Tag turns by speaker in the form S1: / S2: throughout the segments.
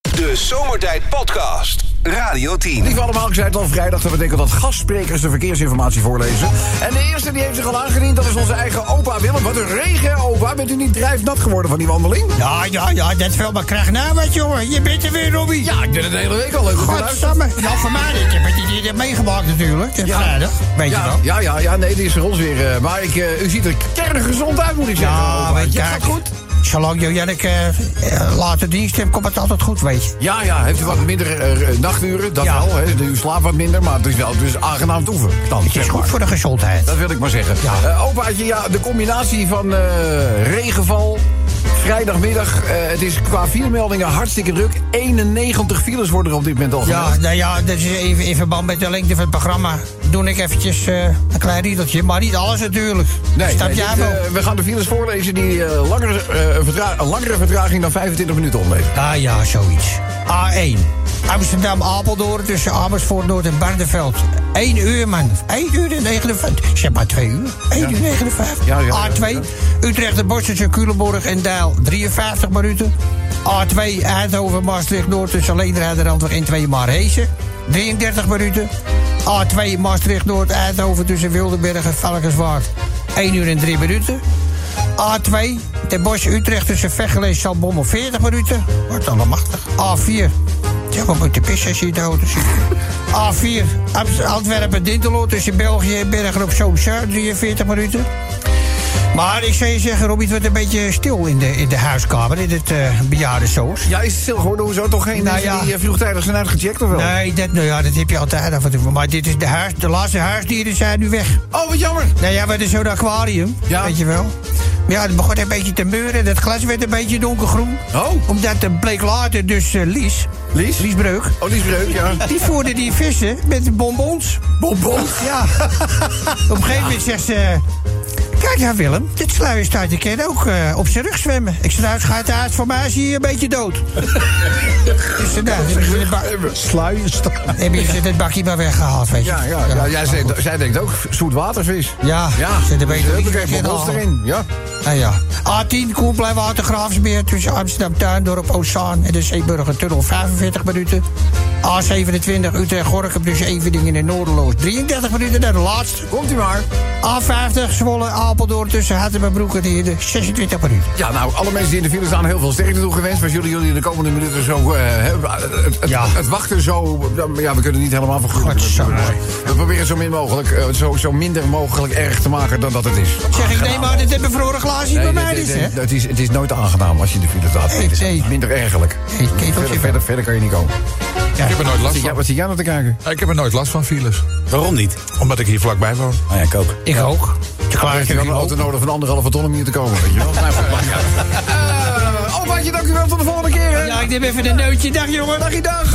S1: De Zomertijd Podcast. Radio 10.
S2: Lieve allemaal, ik zei het al vrijdag. Dat betekent dat gastsprekers de verkeersinformatie voorlezen. En de eerste die heeft zich al aangediend, dat is onze eigen opa Willem. Wat een regen, hè, opa. Bent u niet drijfnat geworden van die wandeling?
S3: Ja, ja, ja, dat is wel maar krijg nou wat, jongen. Je bent er weer, Robbie.
S2: Ja, ik ben het de hele week al leuk.
S3: Godsamme. Ja, voor mij. Ik heb het niet eerder meegemaakt natuurlijk. Het
S2: Ja.
S3: vrijdag. Weet je
S2: Ja,
S3: wel.
S2: ja, ja, ja, nee, die is er ons weer. eh, maar ik, eh, u ziet er kerngezond uit, moet ik zeggen. opa.
S3: weet
S2: Ja,
S3: je,
S2: gaat
S3: kijk,
S2: goed.
S3: Zolang Joanneke eh, later dienst hebt, komt het altijd goed, weet je.
S2: Ja, ja, heeft u wat minder eh, nachturen? Dat
S3: Ja.
S2: wel, hè. U slaapt wat minder, maar het is wel dus aangenaam te oefen. Dan,
S3: Het is
S2: zeg
S3: goed
S2: maar.
S3: voor de gezondheid.
S2: Dat wil ik maar zeggen.
S3: Ja.
S2: Eh, opaatje, ja, de combinatie van eh, regenval, vrijdagmiddag. eh, het is qua filemeldingen hartstikke druk. 91 files worden er op dit moment al gemeld.
S3: Ja, nou ja, dat is even in verband met de lengte van het programma. Doe ik eventjes eh, een klein riedeltje, maar niet alles natuurlijk. Snap jij
S2: dit,
S3: wel?
S2: eh, we gaan de files voorlezen die eh, langere, eh, verdra- een langere vertraging dan 25 minuten opleveren.
S3: Ah ja, zoiets. A1. Amsterdam-Apeldoorn tussen Amersfoort Noord en Barneveld. 1 uur, man. 1 uur en 59. Zeg maar 2 uur. 1 uur en 59.
S2: Ja, ja, ja,
S3: A2. Utrecht de Bosch tussen Culemborg en Dijl. 53 minuten. A2 Eindhoven Maastricht Noord tussen Leenderheid en Randweg in 2 Marhezen. 33 minuten. A2 Maastricht Noord Eindhoven tussen Wildenberg en Valkenswaard. 1 uur en 3 minuten. A2, Den Bosch Utrecht tussen Veghel en Zaltbommel 40 minuten. Wordt allemachtig. A4, ja, we moeten pissen als je de auto ziet. A4, Amst- Antwerpen Dinteloord tussen België en Bergen op Zoom Zuid 43 minuten. Maar ik zou je zeggen, Robbie, het wordt een beetje stil in de, in de huiskamer, in het eh bejaardensoos.
S2: Ja, is het stil geworden? Hoezo? Toch geen
S3: Nou
S2: mensen
S3: ja.
S2: die eh, vroegtijdig zijn uitgecheckt of wel?
S3: Nee, dat, nou ja, dat heb je altijd af en toe. Maar dit is de, huis, de laatste huisdieren zijn nu weg.
S2: Oh, wat jammer!
S3: Nou ja, we hadden zo'n aquarium,
S2: Ja.
S3: weet je wel. Maar ja, het begon een beetje te meuren. Dat glas werd een beetje donkergroen.
S2: Oh.
S3: Omdat eh, bleek later dus eh, Lies,
S2: Lies?
S3: Lies Breuk...
S2: Oh, die is breuk, ja.
S3: die voerde die vissen met bonbons.
S2: Bonbons?
S3: Ja. Op een gegeven moment zegt ze... eh, Kijk nou Willem, dit sluierstaartje kan ook eh, op zijn rug zwemmen. Ik zeg, nou, het gaat uit, voor mij is hij een beetje dood. dus eh, nou, hebben ze het ba-
S2: Sluierstaart.
S3: hebben ze het bakje maar weggehaald, weet je.
S2: Ja, ja, ja, jij, zei- zij denkt ook zoetwatervis.
S3: Ja,
S2: ja.
S3: zit een
S2: dus
S3: beetje-
S2: huppakee, bonbons
S3: Ja.
S2: erin. Ja.
S3: Nou ja. A10 Koenpleinwater Graafsmeer tussen Amsterdam Tuindorp Ozaan en de Zeeburgertunnel 45 minuten. A27 Utrecht Gorkum tussen Eveningen en Noorderloos 33 minuten. En de laatste.
S2: Komt u maar.
S3: A50 Zwolle Apeldoorn tussen Hattemerbroek en Heerde 26 minuten.
S2: Ja, nou, alle mensen die in de file staan, heel veel sterkte toegewenst. Maar jullie, jullie de komende minuten zo. eh, hè, het, het-
S3: Ja.
S2: het wachten zo. Ja, we kunnen niet helemaal van goed.
S3: Godzang.
S2: We proberen zo min mogelijk, eh, zo, zo minder mogelijk erg te maken dan dat het nou, is.
S3: Zeg ik, nee maar, dit hebben bevroren glaasje bij mij
S2: dit-
S3: is,
S2: dit-
S3: hè?
S2: dit- het is, het is nooit aangenaam als je in de file staat.
S3: Nee,
S2: Het is
S3: nee.
S2: Minder ergerlijk.
S3: Nee, keteltje
S2: verder,
S3: wel.
S2: verder, verder kan je niet komen.
S3: Ja.
S4: Ik heb er nooit last
S2: Ja,
S4: van.
S2: wat zie jij nou te kijken?
S4: Ik heb er nooit last van files.
S5: Waarom niet?
S4: Omdat ik hier vlakbij woon.
S5: Oh ja, ik ook.
S3: Ik ook. Te klaar
S2: Ik
S3: ik
S2: heb
S3: heb
S2: wel een auto nodig van anderhalve ton om hier te komen. Weet je wel? Nou, goed, maakt niet uit. Eh, Opaatje, dank u wel. Tot de volgende keer. hè.
S3: Ja, ik neem even een neutje. Dag, jongen. Dag, dag.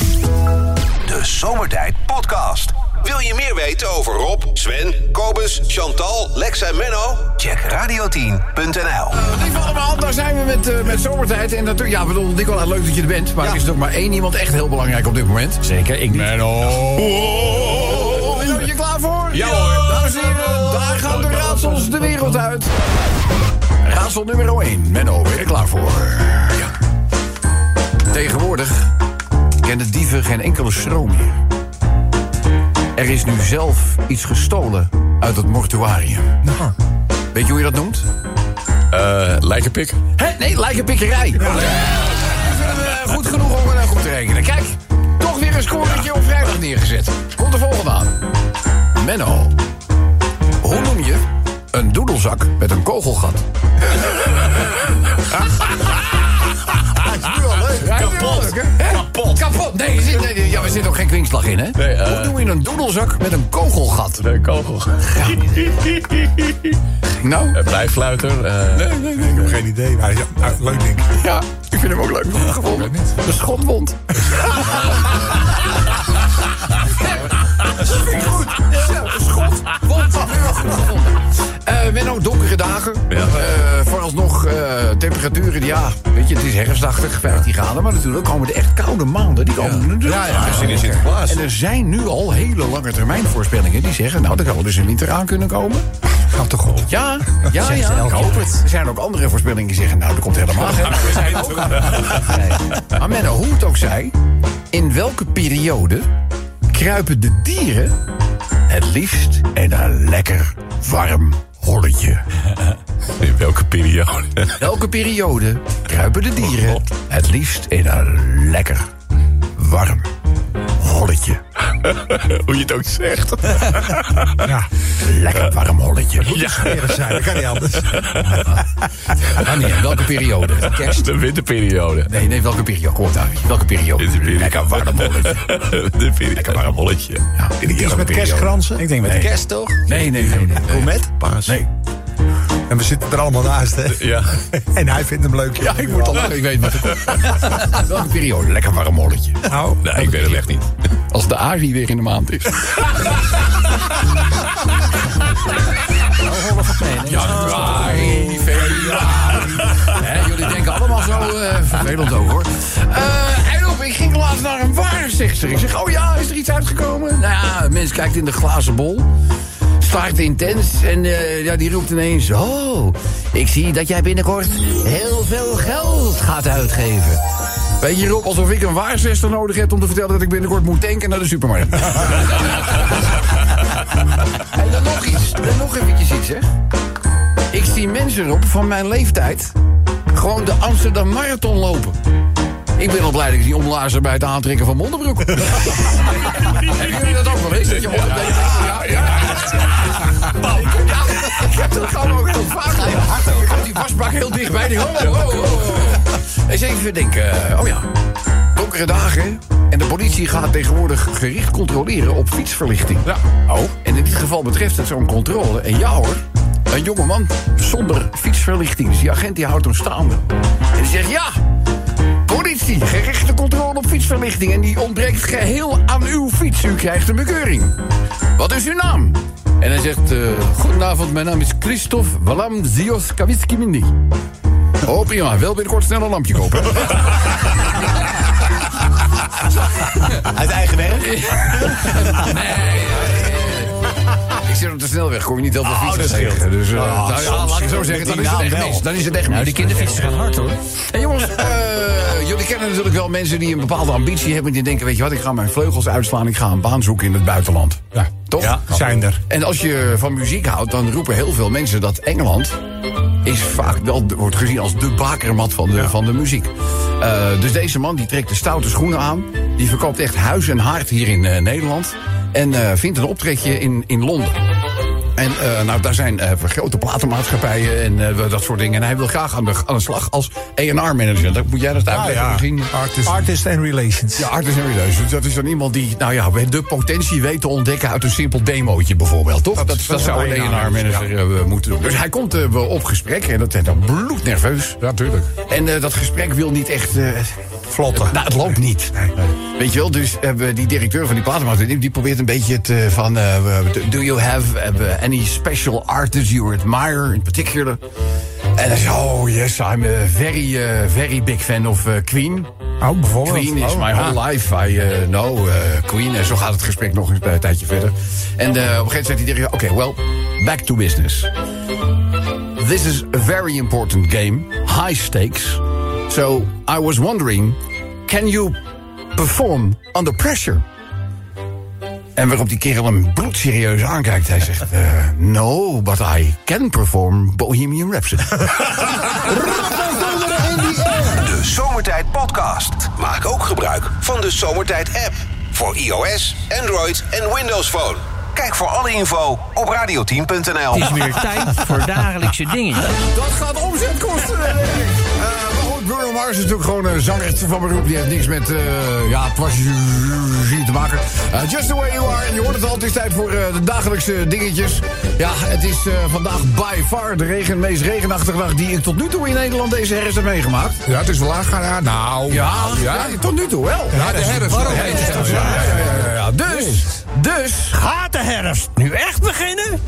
S1: De Zomertijd Podcast. Wil je meer weten over Rob, Sven, Kobus, Chantal, Lex en Menno? Check radio10.nl.
S2: Lieve allemaal, daar zijn we met, eh, met zomertijd. En natuurlijk, ja, ik bedoel, Nicola, leuk dat je er bent. Maar er is nog maar één iemand echt heel belangrijk op dit moment.
S5: Zeker, ik niet.
S2: Oh, Ben je er klaar voor?
S4: Ja hoor.
S2: Dames en heren, daar gaan de raadsels de wereld uit. Raadsel nummer 1. Menno, ben je er klaar voor? Ja. Tegenwoordig kennen dieven geen enkele stroom meer. Er is nu zelf iets gestolen uit het mortuarium. Weet je hoe je dat noemt?
S4: Lijkenpik.
S2: Hè? Nee, lijkenpikkerij. Eh, Ja. Dat vinden we goed genoeg om er goed te rekenen. Kijk, toch weer een scoretje op vrijdag neergezet. Komt de volgende aan. Menno, hoe noem je een doedelzak met een kogelgat? Hij is nu al leuk. Hij is nu al leuk, hè? Hè?
S4: Kapot.
S2: Kapot. Nee, er zit, nee, nee, ja, er zit ook geen kwinkslag in, hè?
S4: Nee, eh.
S2: Hoe noem je een doedelzak met een kogelgat?
S4: De kogel.
S2: Nou,
S4: Blijfluiter. Nee, nee, nee. Ik heb geen idee. Maar ja, nou, leuk ding.
S2: ja, ik vind hem ook leuk. Gevonden. Een schotwond. Goed. Schot. Wond. Eh, Menno, donkere dagen.
S5: Ja.
S2: Eh, vooralsnog eh, temperaturen, ja. Weet je, het is herfstachtig, 15 graden. Maar natuurlijk komen de echt koude maanden. Die komen natuurlijk.
S5: Ja, ja, misschien is het Sinterklaas.
S2: En er zijn nu al hele lange termijn voorspellingen die zeggen... nou, er kan wel dus een winter aan kunnen komen.
S4: Gaat toch op.
S2: Ja, ja, ja. Ik hoop het. Er zijn ook andere voorspellingen die zeggen... nou, er komt helemaal geen Maar Menno, hoe het ook zij... in welke periode kruipen de dieren... het liefst in een lekker warm holletje?
S5: In welke periode?
S2: Welke periode kruipen de dieren het liefst in een lekker warm holletje?
S5: Hoe je het ook zegt.
S4: Ja,
S2: Lekker warm holletje.
S4: eerlijk zijn, dat kan niet anders.
S2: Wanneer? Welke periode? Kerst?
S5: De winterperiode.
S2: Nee, nee, welke periode? Kom op, David. Welke periode?
S5: Dit is weer-
S2: Lekker warm bolletje.
S5: De periode. Lekker warm holletje.
S2: Ja, in de
S4: Iets met kerstkransen. Ik denk met kerst.
S5: Kerst toch?
S2: Nee, nee, nee. nee.
S4: Met? Paas. Nee. En we zitten er allemaal naast, hè?
S5: Ja.
S4: En hij vindt hem leuk.
S2: Ja, ik moet al lachen. Ik weet wat er komt. welke periode? Lekker warm bolletje.
S4: Nou,
S5: Nee, ik weet het echt niet.
S2: Als de Ari weer in de maand is. Januari, februari. Hè, jullie denken allemaal zo eh, vervelend ook, hoor. Eh en op, ik ging laatst naar een waarzegster. Ik zeg, oh ja, is er iets uitgekomen? Nou ja, een mens kijkt in de glazen bol. Staart intens en eh, ja, die roept ineens... Oh, ik zie dat jij binnenkort heel veel geld gaat uitgeven. Weet je, Rob, alsof ik een waarzegster nodig heb... om te vertellen dat ik binnenkort moet tanken naar de supermarkt. En dan nog iets. Dan nog eventjes iets, zeg. Ik zie mensen op van mijn leeftijd gewoon de Amsterdam Marathon lopen. Ik ben al blij dat ik die omlaarzer bij het aantrekken van mondenbroek. Hebben jullie dat ook wel eens? Dat je ja, ja, ja. Ja, ik heb dat gewoon ook heel vaak. Ik had die wasbak heel dichtbij. Die, oh, oh, oh, oh. Eens even denken. eh, Oh ja, donkere dagen. En de politie gaat tegenwoordig gericht controleren op fietsverlichting. Ja. Oh. En in dit geval betreft het zo'n controle. En ja hoor, een jongeman zonder fietsverlichting. Dus die agent die houdt hem staande. En die zegt ja... Politie, gerichte controle op fietsverlichting. En die ontbreekt geheel aan uw fiets. U krijgt een bekeuring. Wat is uw naam? En hij zegt, eh, goedenavond, mijn naam is Christophe Walam Zios Kawitski Mindi. Oh, prima. Wel binnenkort snel een lampje kopen.
S6: Uit eigen werk?
S2: ik zit op de snelweg, kom je niet heel
S6: Ah,
S2: veel fietsen tegen. Dus, eh, nou, ja, laat ik het zo zeggen, dan is het echt mis. Dan is het echt mis.
S6: Nou, die kinderfiets gaat hard hoor.
S2: Hey jongens, eh, jullie kennen natuurlijk wel mensen die een bepaalde ambitie hebben. Die denken, weet je wat, ik ga mijn vleugels uitslaan. Ik ga een baan zoeken in het buitenland.
S4: Ja.
S2: Toch?
S4: Ja, zijn er.
S2: En als je van muziek houdt, dan roepen heel veel mensen dat Engeland... is vaak wel, wordt gezien als de bakermat van de, van de muziek. Eh, dus deze man die trekt de stoute schoenen aan. Die verkoopt echt huis en hart hier in eh, Nederland. En eh, vindt een optrekje in, in Londen. En eh, nou, daar zijn eh, grote platenmaatschappijen en eh, dat soort dingen. En hij wil graag aan de, aan de slag als ER-manager. Dat moet jij dat
S4: Ah,
S2: uitleggen
S4: ja.
S2: misschien?
S4: Artist. Artist and Relations.
S2: Ja, Artis en Relations. Dus Dat is dan iemand die nou ja, de potentie weet te ontdekken uit een simpel demootje bijvoorbeeld, toch? Dat, dat, zou
S4: dat zou
S2: een
S4: een
S2: manager moeten doen. Dus hij komt eh, wel op gesprek en dat is dan bloednerveus.
S4: Ja, tuurlijk.
S2: En eh, dat gesprek wil niet echt... eh,
S4: Vlotten.
S2: nou, het loopt niet. Weet je wel, dus hebben die directeur van die platenmaatschappij... die- die probeert een beetje het eh, van... eh, do you have eh, any special artists you admire in particular? En hij zegt, oh yes, I'm a very, eh, very big fan of eh, Queen.
S4: Oh, bijvoorbeeld.
S2: Queen is
S4: Oh,
S2: my
S4: ja.
S2: whole life. I eh, know eh, Queen. En zo gaat het gesprek nog een eh, tijdje verder. En eh, op een gegeven moment zegt hij tegen je... Oké, well, back to business. This is a very important game. High stakes. So I was wondering... Can you perform under pressure? En waarop die kerel hem bloedserieus aankijkt. Hij zegt... eh, no, but I can perform Bohemian Rhapsody.
S1: De Zomertijd Podcast. Maak ook gebruik van de Zomertijd app. Voor iOS, Android en Windows Phone. Kijk voor alle info op radioteam.nl.
S6: Het is weer tijd voor dagelijkse dingen.
S2: Dat gaat omzet kosten. denk ik. Eh, maar goed, Bruno Mars is natuurlijk gewoon een zangertje van beroep. Die heeft niks met, eh ja, twasje te maken. Eh, just the way you are. En je hoort het al, het is tijd voor eh, de dagelijkse dingetjes. Ja, het is eh, vandaag by far de regen, meest regenachtige dag... die ik tot nu toe in Nederland deze herfst heb meegemaakt.
S4: Ja, het is wel laag gaan. Ja, nou.
S2: Ja,
S4: nou,
S2: ja, tot nu toe wel.
S4: de herfst.
S2: Ja, ja, ja, ja, ja. dus, dus,
S3: Gaat de herfst nu echt beginnen?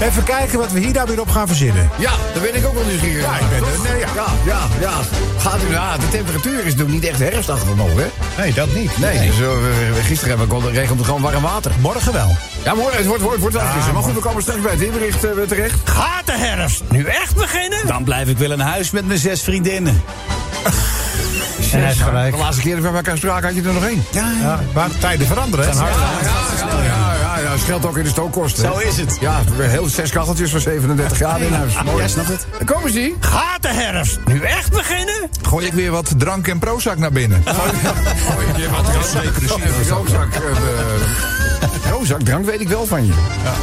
S4: Even kijken wat we hier nou weer op gaan verzinnen.
S2: ja, daar ben ik ook wel nieuwsgierig
S4: Ja,
S2: naar,
S4: ik ben
S2: toch?
S4: er- nee, ja.
S2: ja, ja, ja. Gaat u, ja, de temperatuur is nog niet echt herfstachtig nog, hè?
S4: Nee, dat niet.
S2: Nee, dus, eh, we- we- gisteren hebben we kon- regent het gewoon warm water.
S4: Morgen wel.
S2: Ja, maar hoor, het wordt, wordt, wordt wel frisser. Maar goed, we komen straks bij het weerbericht eh, weer terecht.
S3: Gaat de herfst nu echt beginnen?
S6: Dan blijf ik wel in huis met mijn zes vriendinnen.
S3: En hij is gelijk.
S2: De laatste keer dat we bij elkaar spraken had je er nog één.
S4: Ja, maar tijden veranderen. hè?
S2: Ja, ja, ja, ja, ja, dat scheelt ook in de stookkosten. hè?
S6: Zo is het.
S2: Ja, we hebben heel zes kacheltjes van 37 graden
S3: Nou,
S2: in huis. Mooi.
S6: Ja, snap het.
S2: Dan Komen ze hier?
S3: Gaat de herfst nu echt beginnen?
S7: Gooi ik weer wat drank en Prozac naar binnen.
S2: Roozak, eh, eh, Roozak, drank weet ik wel van je.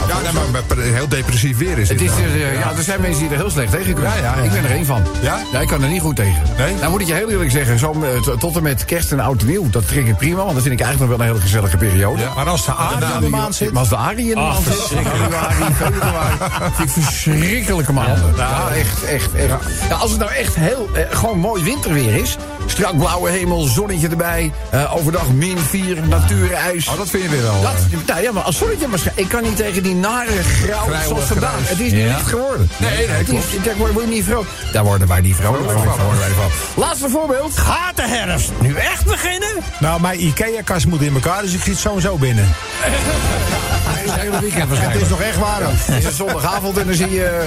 S7: Ja, nee, maar bij- heel depressief weer is
S2: Het
S7: dit.
S2: is,
S7: nou.
S2: eh, ja. er zijn mensen die er heel slecht tegen kunnen. Ik ben er één van.
S7: Ja?
S2: ik kan er niet goed tegen.
S7: Nee?
S2: Nou moet ik je heel eerlijk zeggen, zo, eh, t- tot en met kerst en oud en nieuw, dat trek ik prima. Want dat vind ik eigenlijk nog wel een hele gezellige periode.
S4: Maar als de aarde
S7: Daarna
S4: aan de
S7: die-
S4: maan zit...
S2: Maar als de Ah, Arie in de maand is, januari, februari, vind ik verschrikkelijke maanden. Ja, echt, echt, echt. Ja, als het nou echt heel, eh, gewoon mooi winterweer is, strak blauwe hemel, zonnetje erbij, eh, overdag min 4, natuurijs.
S7: Oh, dat vind je weer wel.
S2: Dat,
S7: eh,
S2: nou ja, maar als zonnetje maar schijnt. Ik kan niet tegen die nare grauw
S7: Grauwe
S2: zoals vandaag.
S7: grijs.
S2: Het is niet
S6: Ja.
S2: licht geworden.
S7: nee,
S2: het is, daar worden we niet vrolijk. Daar worden wij niet vrolijk van. Daar worden wij van. Laatste voorbeeld.
S3: Gaat de herfst nu echt beginnen?
S7: eh.
S4: Nou, mijn IKEA-kast moet in elkaar, dus ik schiet zo en zo binnen.
S2: Het is een hele weekend
S4: Het
S2: waarschijnlijk.
S4: is nog echt waar. ook.
S2: Het is een zondagavond en dan zie je...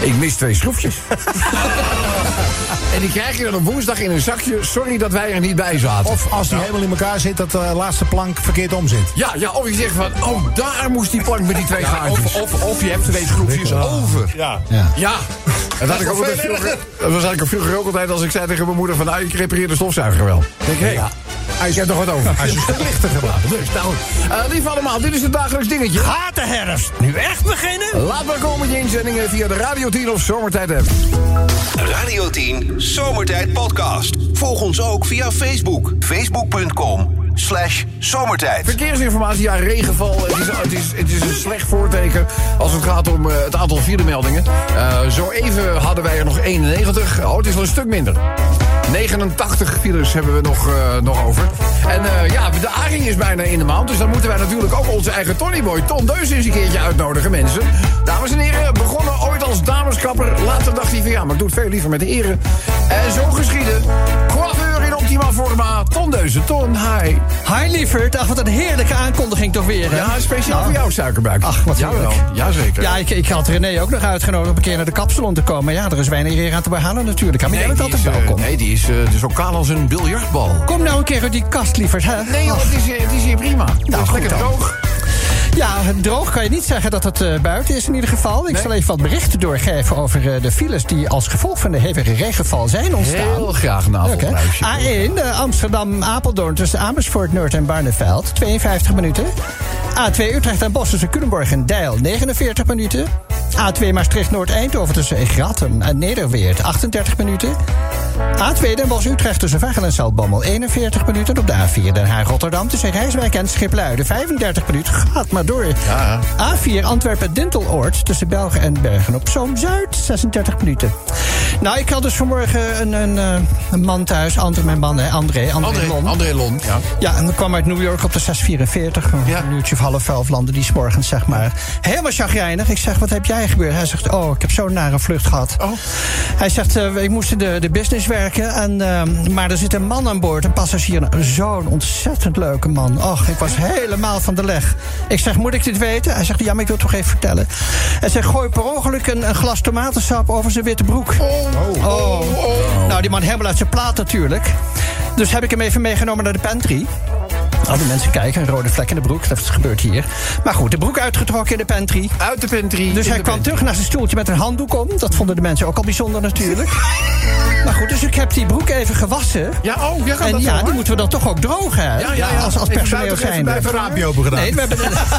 S2: Ik mis twee schroefjes. en die krijg je dan op woensdag in een zakje. Sorry dat wij er niet bij zaten.
S4: Of als
S8: Nou.
S4: die helemaal in elkaar zit, dat de laatste plank verkeerd om zit.
S2: ja, ja, of je zegt van, oh, daar moest die plank met die twee gaatjes.
S7: Of, of, of je hebt twee groepjes over.
S4: Ja.
S2: Ja, dat had ik ook altijd vroeger. Dat was eigenlijk vroeger ook altijd als ik zei tegen mijn moeder van... nou, ik repareer de stofzuiger wel. Ik denk, hé, hij heeft nog wat over. Hij is een stuk lichter gemaakt. Dus, nou, eh, lief allemaal, dit is het dagelijks dingetje.
S3: Gaat de herfst nu echt beginnen?
S2: Laat maar komen met je inzendingen via de Radio 10 of Zomertijd app.
S1: Radio 10 Zomertijd Podcast. Volg ons ook via Facebook. Facebook.com slash zomertijd.
S2: Verkeersinformatie, ja, regenval. Het is, het, is, het is een slecht voorteken als het gaat om eh, het aantal filemeldingen. Eh zo even hadden wij er nog 91. Oh, het is wel een stuk minder. 89 files hebben we nog, eh, nog over. En eh, ja, de Arie is bijna in de maand. Dus dan moeten wij natuurlijk ook onze eigen Tonyboy, Tom Deus, eens een keertje uitnodigen, mensen. Dames en heren, begonnen ooit als dameskapper. Later dacht hij van ja, maar ik doe het veel liever met de heren. En zo geschieden. Coiffeur in optima forma. Ton Deuzen, Ton, hi.
S3: Hi lieverd, ach wat een heerlijke aankondiging toch weer. hè?
S2: Ja, speciaal voor
S3: Nou,
S2: jou, suikerbuik.
S3: Ach, wat
S2: Jawel,
S3: heerlijk.
S2: jazeker.
S3: Ja, ik, ik had René ook nog uitgenodigd om een keer naar de kapsalon te komen. Maar ja, er is weinig hier aan te behalen natuurlijk. Maar jij bent
S2: die
S3: altijd
S2: is, eh,
S3: welkom.
S2: nee, die is eh, dus ook kaal als een biljartbal.
S3: Kom nou een keer uit die kast, lieverd. Hè?
S2: Nee, joh,
S3: Ach, Nou,
S2: het is, eh, het is hier prima. het is
S3: goed
S2: lekker
S3: dan.
S2: droog.
S3: Ja, droog kan je niet zeggen dat het eh, buiten is in ieder geval. Ik zal even wat berichten doorgeven over eh, de files die als gevolg van de hevige regenval zijn ontstaan.
S2: Heel graag een
S3: Leuk, hè?
S2: avondluisje.
S3: A1, eh, Amsterdam-Apeldoorn tussen Amersfoort Noord en Barneveld, 52 minuten. A2 Utrecht en Bos tussen Culemborg en Deil, 49 minuten. A2 Maastricht Noord-Eindhoven tussen Gratten en Nederweert, 38 minuten. A2 Den Bosch Utrecht tussen Veghel en Zaltbommel, 41 minuten. En Op de A4 Den Haag Rotterdam tussen Rijswijk en Schipluiden, 35 minuten. Gaat maar door. A4 Antwerpen Dinteloord tussen Belgen en Bergen op Zoom Zuid, 36 minuten. Nou, ik had dus vanmorgen een, een, eh, een man thuis, André, mijn man, hè, André, André,
S2: André, oh.
S3: Lon.
S2: André Lon, ja.
S3: Ja, en dan kwam uit New York op de 644. Een
S2: Ja.
S3: uurtje of half elf landde die 's morgens, zeg maar. Helemaal chagrijnig. Ik zeg, wat heb jij gebeurd? Hij zegt, oh, ik heb zo'n nare vlucht gehad.
S2: Oh.
S3: Hij zegt, eh, ik moest in de, de business werken. En, ehm, maar er zit een man aan boord, een passagier. Zo'n ontzettend leuke man. Och, ik was helemaal van de leg. Ik zeg, moet ik dit weten? Hij zegt, ja, maar ik wil het toch even vertellen. Hij zegt, gooi per ongeluk een, een glas tomatensap over zijn witte broek. Oh. Nou, die man helemaal uit zijn plaat natuurlijk. Dus heb ik hem even meegenomen naar de pantry. Al die mensen kijken, een rode vlek in de broek, dat gebeurt hier. Maar goed, de broek uitgetrokken in de pantry.
S2: Uit de pantry.
S3: Dus hij kwam terug naar zijn stoeltje met een handdoek om. Dat vonden de mensen ook al bijzonder natuurlijk. maar goed, dus ik heb die broek even gewassen.
S2: Ja, oh, ja, kan
S3: En
S2: dat
S3: ja,
S2: wel,
S3: die
S2: hoor.
S3: moeten we dan toch ook drogen, hè?
S2: Ja, ja, ja.
S3: Als, als
S2: Even
S3: personeel
S2: buiten- even
S3: zijn.
S2: buiten het raampje
S4: open gedaan.
S3: Nee, we hebben,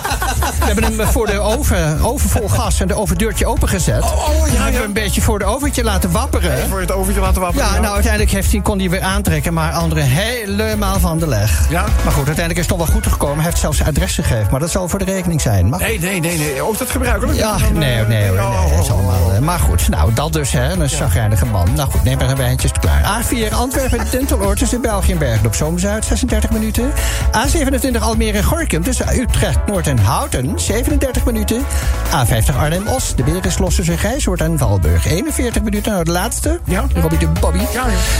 S3: we hebben hem voor de oven, oven vol gas en de ovendeurtje opengezet. Oh,
S2: oh, ja,
S3: hebben we
S2: ja.
S3: een beetje voor de oventje laten wapperen. nou,
S2: Voor het overtje laten wapperen.
S3: Ja, nou uiteindelijk heeft hij, kon hij weer aantrekken, maar andere helemaal van de leg.
S2: Ja?
S3: Maar goed, Uiteindelijk is het toch wel goed gekomen. Hij heeft zelfs zijn adres gegeven, maar dat zal voor de rekening zijn. Mag
S2: Nee, nee, nee, nee. Ook dat gebruikelijk? eh, oh,
S3: ja, nee, oh, nee, nee, nee, dat is allemaal. eh, Maar goed, nou, dat dus, hè. Een chagrijnige man. Nou goed, neem maar een wijntje, is het klaar. A4 Antwerpen, Dental Oort tussen België en Bergen op Zomerzuid, 36 minuten. A27 Almere en Gorkum tussen Utrecht, Noord en Houten, 37 minuten. A50 Arnhem-Os, de Berenslos tussen Grijshoort en Valburg, 41 minuten. Nou, de laatste,
S2: Ja.
S3: Robbie de Bobby.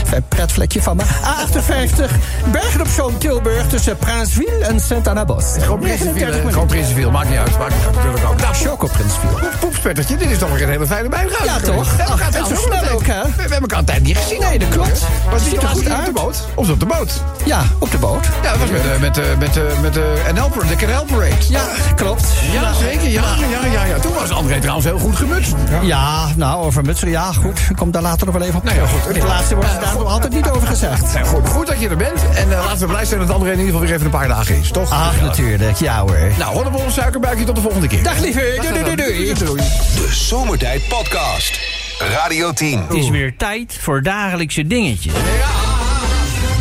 S3: Fijn pretvlekje van me. A58 Bergen op Zoom, Tilburg tussen Prinsville en Sint-Anna-Bos.
S2: Gewoon Prinsenviel, gewoon Prinsenviel. Maakt niet uit, maakt niet uit. Natuurlijk ook. Nou,
S3: Choco Prinsville.
S2: poepspettertje, dit is toch weer een hele fijne bijdrage.
S3: Ja,
S2: geweest.
S3: toch?
S2: We hebben elkaar
S3: En
S2: trouwens
S3: zo snel
S2: een tijd-
S3: ook, hè?
S2: We, we hebben elkaar een tijd niet gezien.
S3: Nee, dat klopt.
S2: Was
S3: Ziet
S2: die
S3: er
S2: toch
S3: goed
S2: goed op de
S3: uit.
S2: boot? Of op de boot?
S3: Ja, op de boot.
S2: Ja, dat was met, eh, met, eh, met, eh, met eh, NL Parade, de Canal Parade.
S3: Ja, klopt.
S2: Ja, zeker. Ja, ja, ja, ja. Toen was André trouwens heel goed gemutst.
S3: Ja, nou, over Mutsen, ja, goed. Ik kom daar later nog wel even op
S2: Nou ja,
S3: terug.
S2: goed.
S3: Het laatste wordt er daarom altijd niet over gezegd.
S2: Nou, goed, goed dat je er bent. En eh, laten we blij zijn dat André in ieder geval weer even een paar dagen is, toch?
S3: Ach,
S2: Ja.
S3: natuurlijk. Ja hoor.
S2: Nou, honnebol, suikerbuikje, tot de volgende keer.
S3: Dag lieve. Doei, doei, doei, doei.
S2: doei.
S1: De Zomertijd Podcast. Radio 10.
S6: Het is weer tijd voor dagelijkse dingetjes.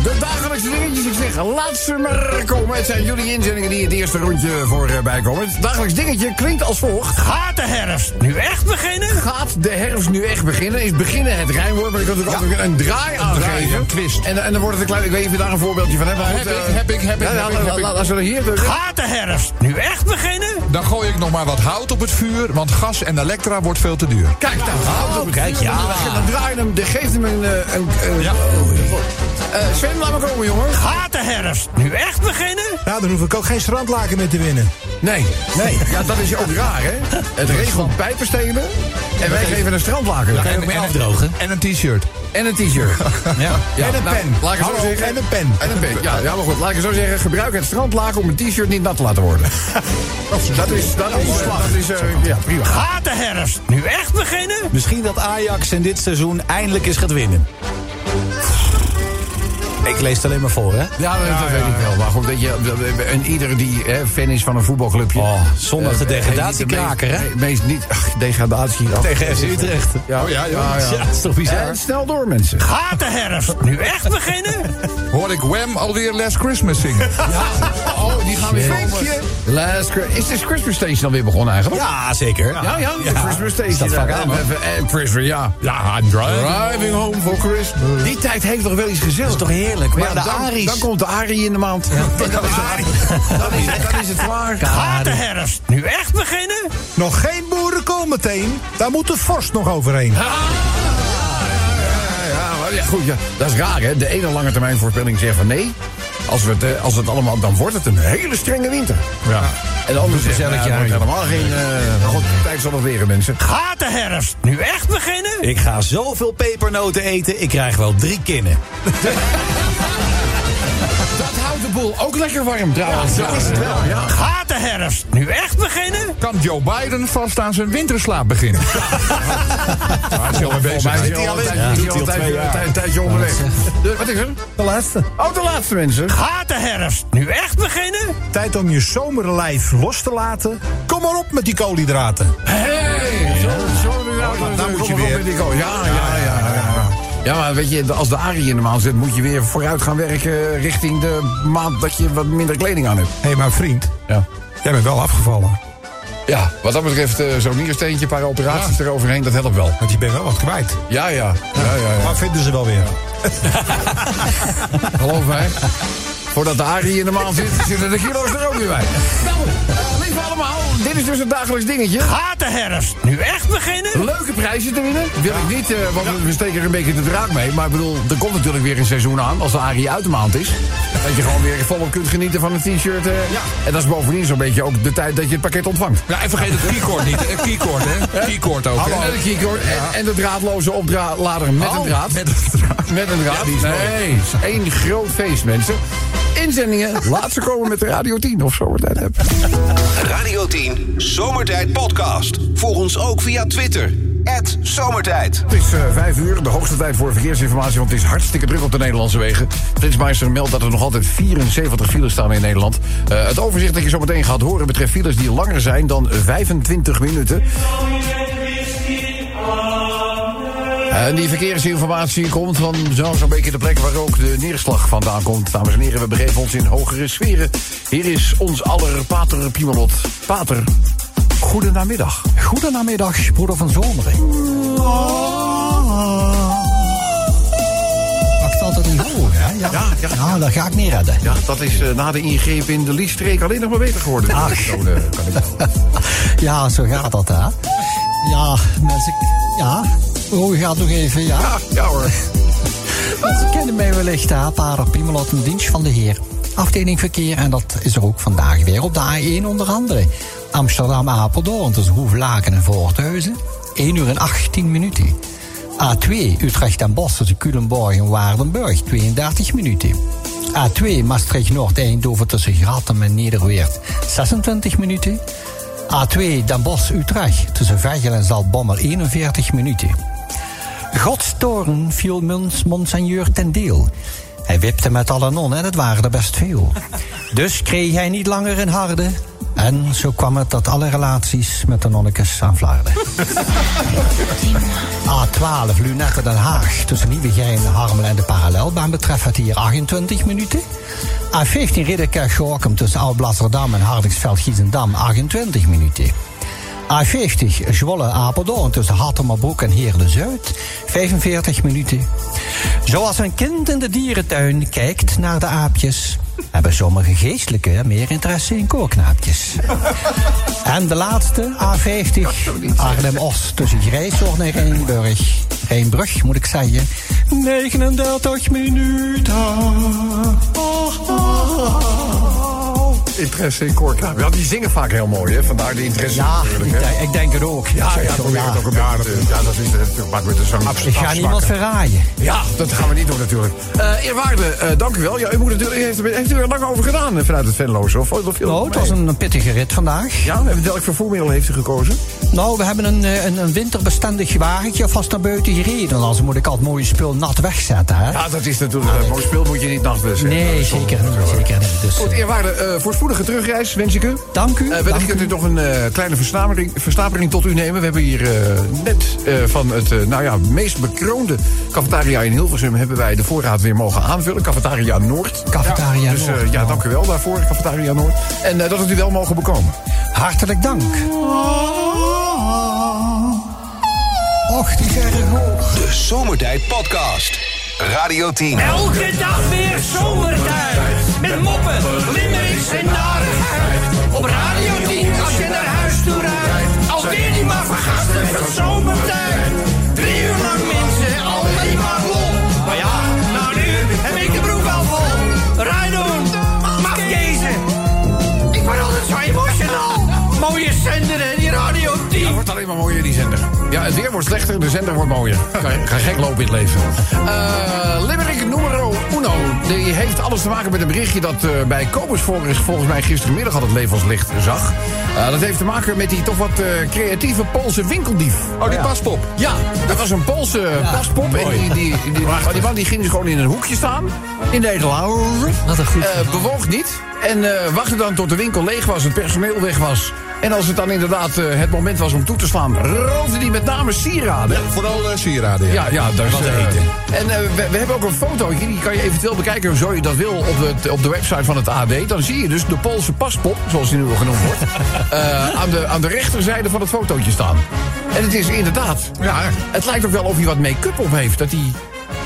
S2: De dagelijkse dingetjes, ik zeg, laat ze maar komen. Het zijn jullie inzendingen die het eerste rondje voor eh, bijkomen. Het dagelijks dingetje klinkt als volgt. Gaat de herfst nu echt beginnen? Gaat de herfst nu echt beginnen? Is beginnen het rijmwoord, maar ik kan natuurlijk ook een draai aangeven.
S8: een twist.
S2: En, en dan wordt het een klein, ik weet niet of je daar een voorbeeldje van hebt. maar
S8: Heb
S2: goed,
S8: ik,
S2: eh,
S8: heb ik, heb ik,
S2: ja,
S8: heb ik,
S2: nou,
S8: heb ik.
S2: la- la- Als we er hier...
S3: Gaat de herfst nu echt beginnen?
S8: Dan gooi ik nog maar wat hout op het vuur, want gas en elektra wordt veel te duur.
S2: Kijk, daar houdt op.
S3: kijk, ja.
S2: Dan draai je hem, dan geeft hem een... eh, een, een ja. Sven, laat maar komen, jongen.
S3: Gaat de herfst nu echt beginnen?
S4: Nou, dan hoef ik ook geen strandlaken meer te winnen.
S2: Nee, nee. Ja, dat is ook raar, hè? Het regent pijpenstenen en wij geven een strandlaken.
S9: Kan je ook mee afdrogen?
S8: En een t-shirt.
S2: En een t-shirt.
S9: Ja.
S2: Ja,
S4: En een
S2: nou,
S4: pen.
S2: Laat ik het zo
S4: Hallo,
S2: zeggen.
S4: en een pen.
S2: En een pen, ja. Ja, maar goed. Laat ik het zo zeggen. Gebruik het strandlaken om een t-shirt niet nat te laten worden. Dat is... Dat is... Dat is eh, ja, prima.
S3: Gaat de herfst nu echt beginnen?
S9: Misschien dat Ajax in dit seizoen eindelijk eens gaat winnen. Ik lees het alleen maar voor, hè?
S2: Ja, dat dat weet ik wel. Maar goed, weet je, eh, eh, en ieder die hè, fan is van een voetbalclubje...
S9: Oh, zondag de
S2: eh, heeft niet
S9: degradatiekraker,
S2: meest-
S9: hè?
S2: me- Meest niet... Ach, degradatie.
S9: Tegen FC Utrecht.
S2: Ja,
S8: Oh ja, joh.
S9: Ja, dat is toch bizar?
S2: En snel door, mensen.
S3: Eh, Gaat de herfst nu echt beginnen?
S8: Hoor ik Wham alweer Last Christmas zingen.
S2: Oh, die gaan weer komen. Last Chri- Is de Christmas Station alweer begonnen eigenlijk?
S9: Ja, zeker.
S2: Ja, ja, de Christmas Station.
S9: Staat vaak
S2: Ja,
S9: aan, hoor.
S2: even- eh, Christmas, ja.
S10: Ja, I'm driving.
S2: Driving home for Christmas. Die tijd heeft toch wel iets gezellig.
S9: Dat is toch heerlijk?
S2: Maar
S9: Maar de
S2: dan,
S9: Aries-
S2: Dan komt de Arie in de maand. En dan, is het, dan, is, het- dan is het waar.
S3: Gaat de herfst nu echt beginnen?
S4: Nog geen boerenkool meteen. Daar moet de vorst nog overheen.
S2: Ja, maar ja, goed, ja. dat is raar, hè? De ene lange termijn voorspelling zegt van nee. Als, we het, eh, als het allemaal, dan wordt het een hele strenge winter. Ja. En de andere zegt, nou, het wordt helemaal geen... eh, God, de tijd zal nog leren, mensen.
S3: Gaat de herfst nu echt beginnen?
S9: Ik ga zoveel pepernoten eten, ik krijg wel drie kinnen.
S2: Dat houdt de boel ook lekker warm, trouwens. Ja, is het wel, ja.
S3: Gaat de herfst nu echt beginnen?
S8: Kan Joe Biden vast aan zijn winterslaap beginnen? Waar is hij al mee bezig?
S2: Volgens mij
S8: hè?
S2: zit hij al
S9: Ja,
S2: een
S9: doet hij al twee
S2: tijdje-
S9: jaar.
S2: een tij- een tijdje onderweg. Eh, Wat is er?
S4: De laatste.
S2: Oh, de laatste mensen.
S3: Gaat de herfst nu echt beginnen?
S4: Tijd om je zomerlijf los te laten. Kom maar op met die koolhydraten.
S2: Hey! Oh, Zo, zo, ja,
S4: daar moet je
S2: kom maar op
S4: weer.
S2: met die goal. Ja,
S8: Ah,
S2: ja, ja, ja. ja. Ja, maar weet je, als de Arie in de maan zit, moet je weer vooruit gaan werken richting de maand dat je wat minder kleding aan hebt.
S4: Hé, maar vriend.
S2: Ja.
S4: Jij bent wel afgevallen.
S2: Ja, wat dat betreft, eh, zo'n niersteentje, een paar operaties eroverheen, dat helpt wel.
S4: Want je bent wel wat kwijt.
S2: Ja, ja. ja, ja, ja.
S4: Maar vinden ze wel weer.
S2: Geloof mij. Voordat de Arie in de maan zit, zitten de kilo's er ook weer bij. Nou, lieve allemaal, dit is dus een dagelijks dingetje.
S3: Gaat de herfst nu echt beginnen?
S2: Leuke prijzen te winnen. Wil ik niet, eh, want we steken er een beetje de draak mee. Maar ik bedoel, er komt natuurlijk weer een seizoen aan als de Arie uit de maand is. Dat je gewoon weer volop kunt genieten van een t-shirt. eh. En dat is bovendien zo'n beetje ook de tijd dat je het pakket ontvangt.
S8: Ja, en vergeet het keycord niet. Het keycord, hè? Keycord ook. hè?
S2: En de keycord en, en de draadloze opdraadlader Oh, met een draad.
S8: Met een draad.
S2: Met een draad. nee, het is één groot feest, mensen. Inzendingen, laat ze komen met de Radio 10 of zo. Dat heb.
S1: Radio 10 Zomertijd Podcast. Volg ons ook via Twitter. Zomertijd.
S2: Het is eh, vijf uur, de hoogste tijd voor verkeersinformatie, want het is hartstikke druk op de Nederlandse wegen. Flitsmeister meldt dat er nog altijd 74 files staan in Nederland. Eh, het overzicht dat je zo meteen gaat horen betreft files die langer zijn dan 25 minuten. En Eh, die verkeersinformatie komt van zo- zo'n beetje de plek waar ook de neerslag vandaan komt. Dames en heren, we begeven ons in hogere sferen. Hier is ons aller Pater Piemelot. Pater, goedenamiddag.
S3: Goedenamiddag, broeder van Zomeren.
S2: Oh.
S3: Wacht altijd een hoog, hè? Ja, ja,
S2: ja.
S3: dat ga ik niet redden.
S2: Ja, dat is eh, na de ingreep in de Liestreek alleen nog maar beter geworden. Ach. eh, kan ik wel.
S3: Ja, zo gaat dat, hè? Ja, mensen... Ja, oh, gaat nog even, ja.
S2: Ah, ja hoor.
S3: Mensen kennen mij wellicht, hè? Pater Piemelot, een dienst van de heer. Afdeling verkeer, en dat is er ook vandaag weer op de A1 onder andere. Amsterdam-Apeldoorn tussen Hoevelaken en Voorthuizen. 1 uur en 18 minuten. A2 Utrecht en Bos tussen Culemborg en Waardenburg. 32 minuten. A2 Maastricht-Noord-Eindhoven tussen Gratem en Nederweert 26 minuten. A2 Den Bosch-Utrecht tussen Veghel en Zaltbommel 41 minuten. Godstoren viel Mons Monseigneur ten deel. Hij wipte met alle nonnen en het waren er best veel. Dus kreeg hij niet langer in harde. En zo kwam het dat alle relaties met de nonnekes aan Vlaarden. A12 Lunette Den Haag tussen Nieuwegein, Harmelen en de parallelbaan betreft het hier 28 minuten. A15 Ridderkerk-Gorkum tussen Oud-Blasserdam en Hardingsveld-Giezendam 28 minuten. A50 Zwolle-Apeldoorn tussen Hattemerbroek en Heerlen-Zuid 45 minuten. Zoals een kind in de dierentuin kijkt naar de aapjes... hebben sommige geestelijken meer interesse in koorknaapjes. En de laatste, A50, Arnhem-Os tussen Grijshoorn en Rijnburg. Rijnbrug, moet ik zeggen. 39 minuten. Oh, oh, oh.
S2: Interesse in Korka. Ja, die zingen vaak heel mooi, hè? Vandaar de interesse
S3: Ja,
S2: natuurlijk,
S3: ik,
S2: hè?
S3: denk- ik denk het ook.
S2: Ja, ja, probeer het ook een beetje te- Ja, dat is het. Maakt met de zang.
S3: Ik ga niemand verraaien.
S2: Ja, dat gaan we niet doen natuurlijk. Eh eerwaarde, eh, dank u wel. Ja, u moet natuurlijk, heeft, heeft u er lang over gedaan eh, vanuit het Venloze? Of, of,
S3: Nou, het was een pittige rit vandaag.
S2: Ja, en welk vervoermiddel heeft u gekozen?
S3: Nou, we hebben een, eh, een, een winterbestendig wagentje alvast naar buiten gereden. Anders moet ik al het mooie spul nat wegzetten, hè?
S2: Ja, dat is natuurlijk... eh, mooi speel moet je niet nachtwissen.
S3: Nee, zeker niet. Zeker niet. Dus,
S2: Goed,
S3: eh,
S2: eerwaarde, eh voorspoedige terugreis wens ik u.
S3: dank u.
S2: Eh,
S3: dank
S2: wellicht kunt u nog een eh, kleine versnapering, versnapering tot u nemen. We hebben hier eh, net eh, van het eh, nou ja, meest bekroonde cafetaria in Hilversum... hebben wij de voorraad weer mogen aanvullen. Cafetaria Noord.
S3: Cafetaria
S2: Ja, dus, eh,
S3: Noord,
S2: ja,
S3: nou.
S2: dank u wel daarvoor, Cafetaria Noord. En eh, dat het u wel mogen bekomen.
S3: Hartelijk dank. Och, die zijn er hoog.
S1: De Zomertijd Podcast. Radio 10.
S6: Elke dag weer zomertijd. Met moppen, limmerings en narigheid. Op Radio 10 als je naar huis toe rijdt. Alweer die maar vergasten van zomertijd. Drie uur lang mensen, alleen maar lol. Maar ja, nou nu heb ik de broek al vol. Rijdoen, mafkezen. Ik word altijd zo emotional. Mooie zender hè, die Radio 10.
S2: Het wordt alleen maar mooier, die zender. Ja, het weer wordt slechter, de zender wordt mooier. Ga, ga gek lopen in het leven. Eh Limerick numero uno. Die heeft alles te maken met een berichtje dat eh, bij Kobus volgens, volgens mij gistermiddag al het levenslicht zag. Eh, dat heeft te maken met die toch wat eh, creatieve Poolse winkeldief.
S11: Oh, die paspop.
S2: Ja, dat was een Poolse paspop. En die, die, die, die man die ging dus gewoon in een hoekje staan. In Nederland.
S3: Wat een goed
S2: Eh, bewoog niet. En eh, wachtte dan tot de winkel leeg was, het personeel weg was. En als het dan inderdaad eh, het moment was om toe te slaan, roofde die met name sieraden.
S11: Vooral eh, sieraden.
S2: Ja, ja,
S4: Dus,
S2: daar is
S11: Wat
S2: eh,
S11: eten.
S2: En eh, we, we hebben ook een fotootje, die kan je eventueel bekijken, zo je dat wil, op de, op de website van het AD. Dan zie je dus de Poolse paspop, zoals die nu wel genoemd wordt, eh, aan, de, aan de rechterzijde van het fotootje staan. En het is inderdaad, ja, het lijkt ook wel of hij wat make-up op heeft, dat hij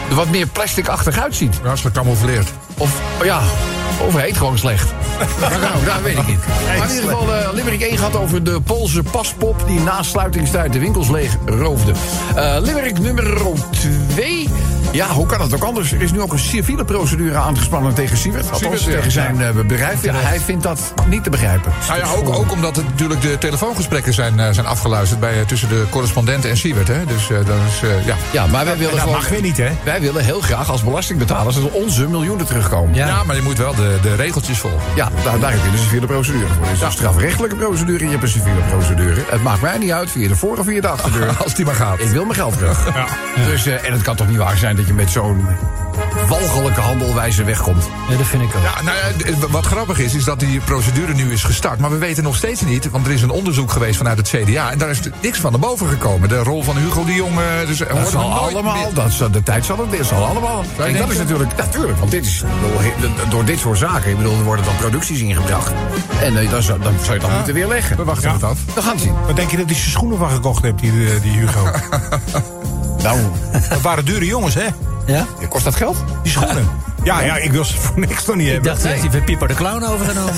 S2: er wat meer plasticachtig uitziet.
S11: Dat is gecamoufleerd.
S2: Of, oh ja, of hij heet gewoon slecht. Maar nou, dat weet ik niet. Maar in ieder geval, eh Limerick 1 gaat over de Poolse paspop... die na sluitingstijd de winkels leeg roofde. Eh Limerick nummer 2... Ja, hoe kan dat ook anders? Er is nu ook een civiele procedure aangespannen tegen Siewert. Althans,
S11: Siewert, ja.
S2: tegen zijn eh, bedrijf. Ja, hij vindt dat niet te begrijpen.
S11: Nou ja, ook, ook omdat het natuurlijk de telefoongesprekken zijn, eh, zijn afgeluisterd bij, eh, tussen de correspondenten en Siebert. Hè? Dus eh, dat is, eh, ja.
S2: Ja, maar wij willen
S4: dat
S2: gewoon...
S4: mag weer niet, hè?
S2: Wij willen heel graag als belastingbetalers... dat onze miljoenen terugkomen.
S11: Ja. maar je moet wel de, de regeltjes volgen.
S2: Ja, daar, daar heb je dus een civiele procedure voor. Er is een strafrechtelijke procedure en je hebt een civiele procedure. Het maakt mij niet uit via de voor- of via de achterdeur.
S11: Als die maar gaat.
S2: Ik wil mijn geld terug. Dus, eh, en het kan toch niet waar zijn dat je met zo'n walgelijke handelwijze wegkomt.
S3: Ja, dat vind ik ook.
S11: Ja, nou ja, d- wat grappig is, is dat die procedure nu is gestart. Maar we weten nog steeds niet, want er is een onderzoek geweest vanuit het CDA. En daar is t- niks van naar boven gekomen. De rol van Hugo de Jong. eh, Dus
S2: Dat zal allemaal, dat zal, de tijd zal het weer, zal allemaal.
S11: je
S2: En dat
S11: denken?
S2: is natuurlijk, natuurlijk, want dit is, door, door dit soort zaken, ik bedoel, er worden dan producties ingebracht. En eh, dan zou, dan zou je dat moeten weer leggen.
S11: We wachten het af.
S2: We gaan het zien.
S4: Wat denk je dat hij zijn schoenen van gekocht heeft, die, eh, die Hugo?
S2: Nou,
S4: Dat waren dure jongens, hè?
S3: Ja?
S2: kost dat geld?
S4: Die schoenen. Ja, ja, ik wil ze voor niks nog niet
S3: Ik
S4: hebben.
S3: dacht, hij heeft die van Pieper de Clown overgenomen.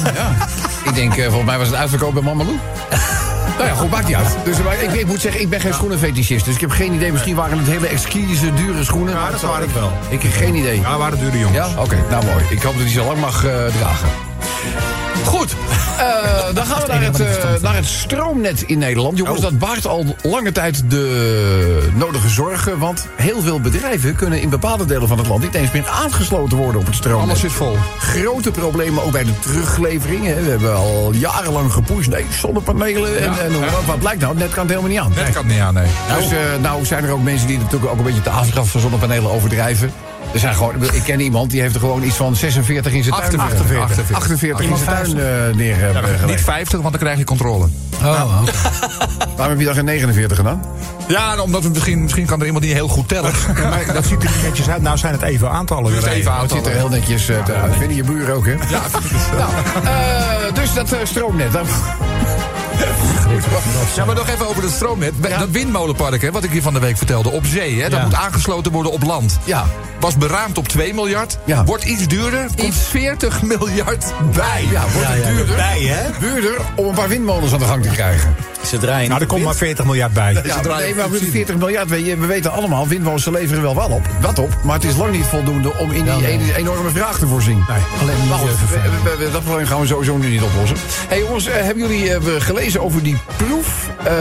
S2: Ik denk, eh, volgens mij was het uitverkoop bij Mamalou. Nou ja, goed, maakt niet uit. Dus, maar ik, ik moet zeggen, ik ben geen schoenenfetischist. Dus ik heb geen idee. Misschien waren het hele exquise, dure schoenen.
S4: Ja, dat waren het wel.
S2: Ik heb geen idee.
S4: Ja, waren dure jongens.
S2: Ja? Oké, nou mooi. Ik hoop dat hij zo lang mag eh, dragen. Goed, eh, dan gaan we naar het, eh, naar het stroomnet in Nederland. Jongens,
S4: Oh.
S2: dat baart al lange tijd de nodige zorgen. Want heel veel bedrijven kunnen in bepaalde delen van het land... niet eens meer aangesloten worden op het stroomnet.
S11: Alles zit vol.
S2: Grote problemen ook bij de teruglevering. hè. We hebben al jarenlang gepusht. Nee, zonnepanelen. En, en hoe- wat blijkt nou? Net kan het helemaal niet aan.
S11: Dat kan niet aan, nee.
S2: Dus eh, nou zijn er ook mensen die natuurlijk ook een beetje de aftrap van zonnepanelen overdrijven. Er zijn gewoon, ik ken iemand die heeft er gewoon iets van 46 in zijn tuin. eh,
S11: 48.
S2: 48, 48 in zijn tuin eh neer. eh,
S11: Niet
S2: gelegd. Nou.
S11: 50, want dan krijg je controle.
S3: Oh, oké.
S2: Waarom heb je dan geen 49 gedaan?
S11: Ja, omdat we misschien, misschien kan er iemand die heel goed tellen.
S4: Ja, maar dat ziet er niet netjes uit. Nou zijn het even aantallen.
S11: Dus
S4: weer.
S11: even
S2: Nou, Het ziet er
S11: aantallen.
S2: heel netjes eh, te- uit. Vinden je buren ook, hè?
S11: Ja,
S2: Nou, eh, dus dat eh, stroomnet. daar-
S11: Ja, maar nog even over dat stroomnet. Bij- Dat windmolenpark, hè, wat ik hier van de week vertelde, op zee. Hè, dat moet aangesloten worden op land.
S2: Ja.
S11: Was beraamd op 2 miljard.
S2: Ja.
S11: Wordt iets duurder. Komt 40 miljard bij.
S2: Ja, wordt het duurder,
S12: Bij, hè?
S2: duurder om een paar windmolens aan de gang te krijgen.
S12: Ze draaien.
S4: Nou, er komt maar 40 miljard bij.
S2: Ja, nee, maar 40 miljard, weet je, we weten allemaal, windmolens leveren wel wat op, wat op. Maar het is lang niet voldoende om in die ene- enorme vraag te voorzien.
S3: alleen
S2: Maar goed, Nou, we- we- we- dat probleem gaan we sowieso nu niet oplossen. hey jongens, eh, hebben jullie eh, gelezen over die proef eh,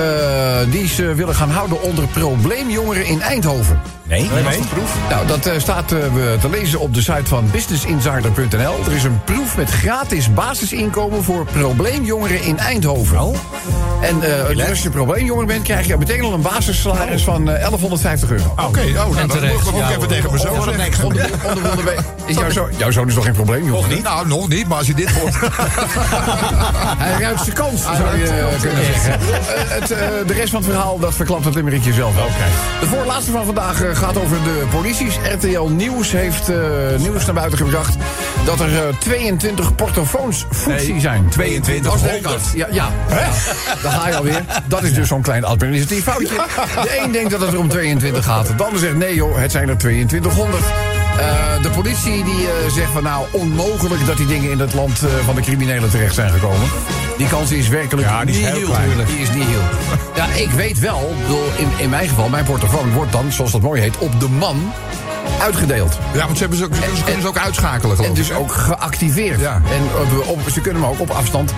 S2: die ze willen gaan houden onder probleemjongeren in Eindhoven?
S12: Nee, nee.
S2: Nou, dat eh, staat eh, we te lezen op de site van businessinsider.nl. Er is een proef met gratis basisinkomen voor probleemjongeren in Eindhoven.
S12: Oh.
S2: En eh, als je probleemjonger bent, krijg je meteen al een basissalaris
S12: Oh.
S2: van eh, 1150 euro.
S11: Oké, oh, nou, dat moet
S3: terecht.
S11: ik ook
S3: Ja,
S11: even
S3: hoor.
S11: tegen mijn zoon zeggen.
S2: Onder- onder- onder- bij- Is jouw zoon- Jouw zoon is nog geen probleem, joh.
S11: Nou, nog niet, maar als je dit hoort.
S2: Hij ruikt zijn kans, zou je eh, kunnen zeggen. Eh, het, eh, de rest van het verhaal, dat verklapt het limmerikje zelf wel. De voorlaatste van vandaag eh, gaat over de polities. RTL Nieuws heeft eh, nieuws naar buiten gebracht... dat er eh, 22 portofoons foetsie zijn.
S11: 22,
S2: Oh, nee, dat-
S11: 100.
S2: Ja, ja. daar ga je alweer. Dat is dus zo'n klein administratief foutje. De een denkt dat het er om 22 gaat. De ander zegt nee joh, het zijn er 2200. Eh, de politie die eh, zegt van nou onmogelijk dat die dingen in het land eh, van de criminelen terecht zijn gekomen. Die kans is werkelijk
S4: Ja, die is heel
S2: nihil.
S4: klein.
S2: Die is nihil. Ja, ik weet wel, ik bedoel, in, in mijn geval, mijn portofoon wordt dan, zoals dat mooi heet, op de man uitgedeeld.
S11: Ja, want ze, hebben ze, ook, ze kunnen ze ook uitschakelen, geloof
S2: En
S11: ik.
S2: dus ook geactiveerd.
S11: Ja.
S2: En eh, op, op- ze kunnen hem ook op afstand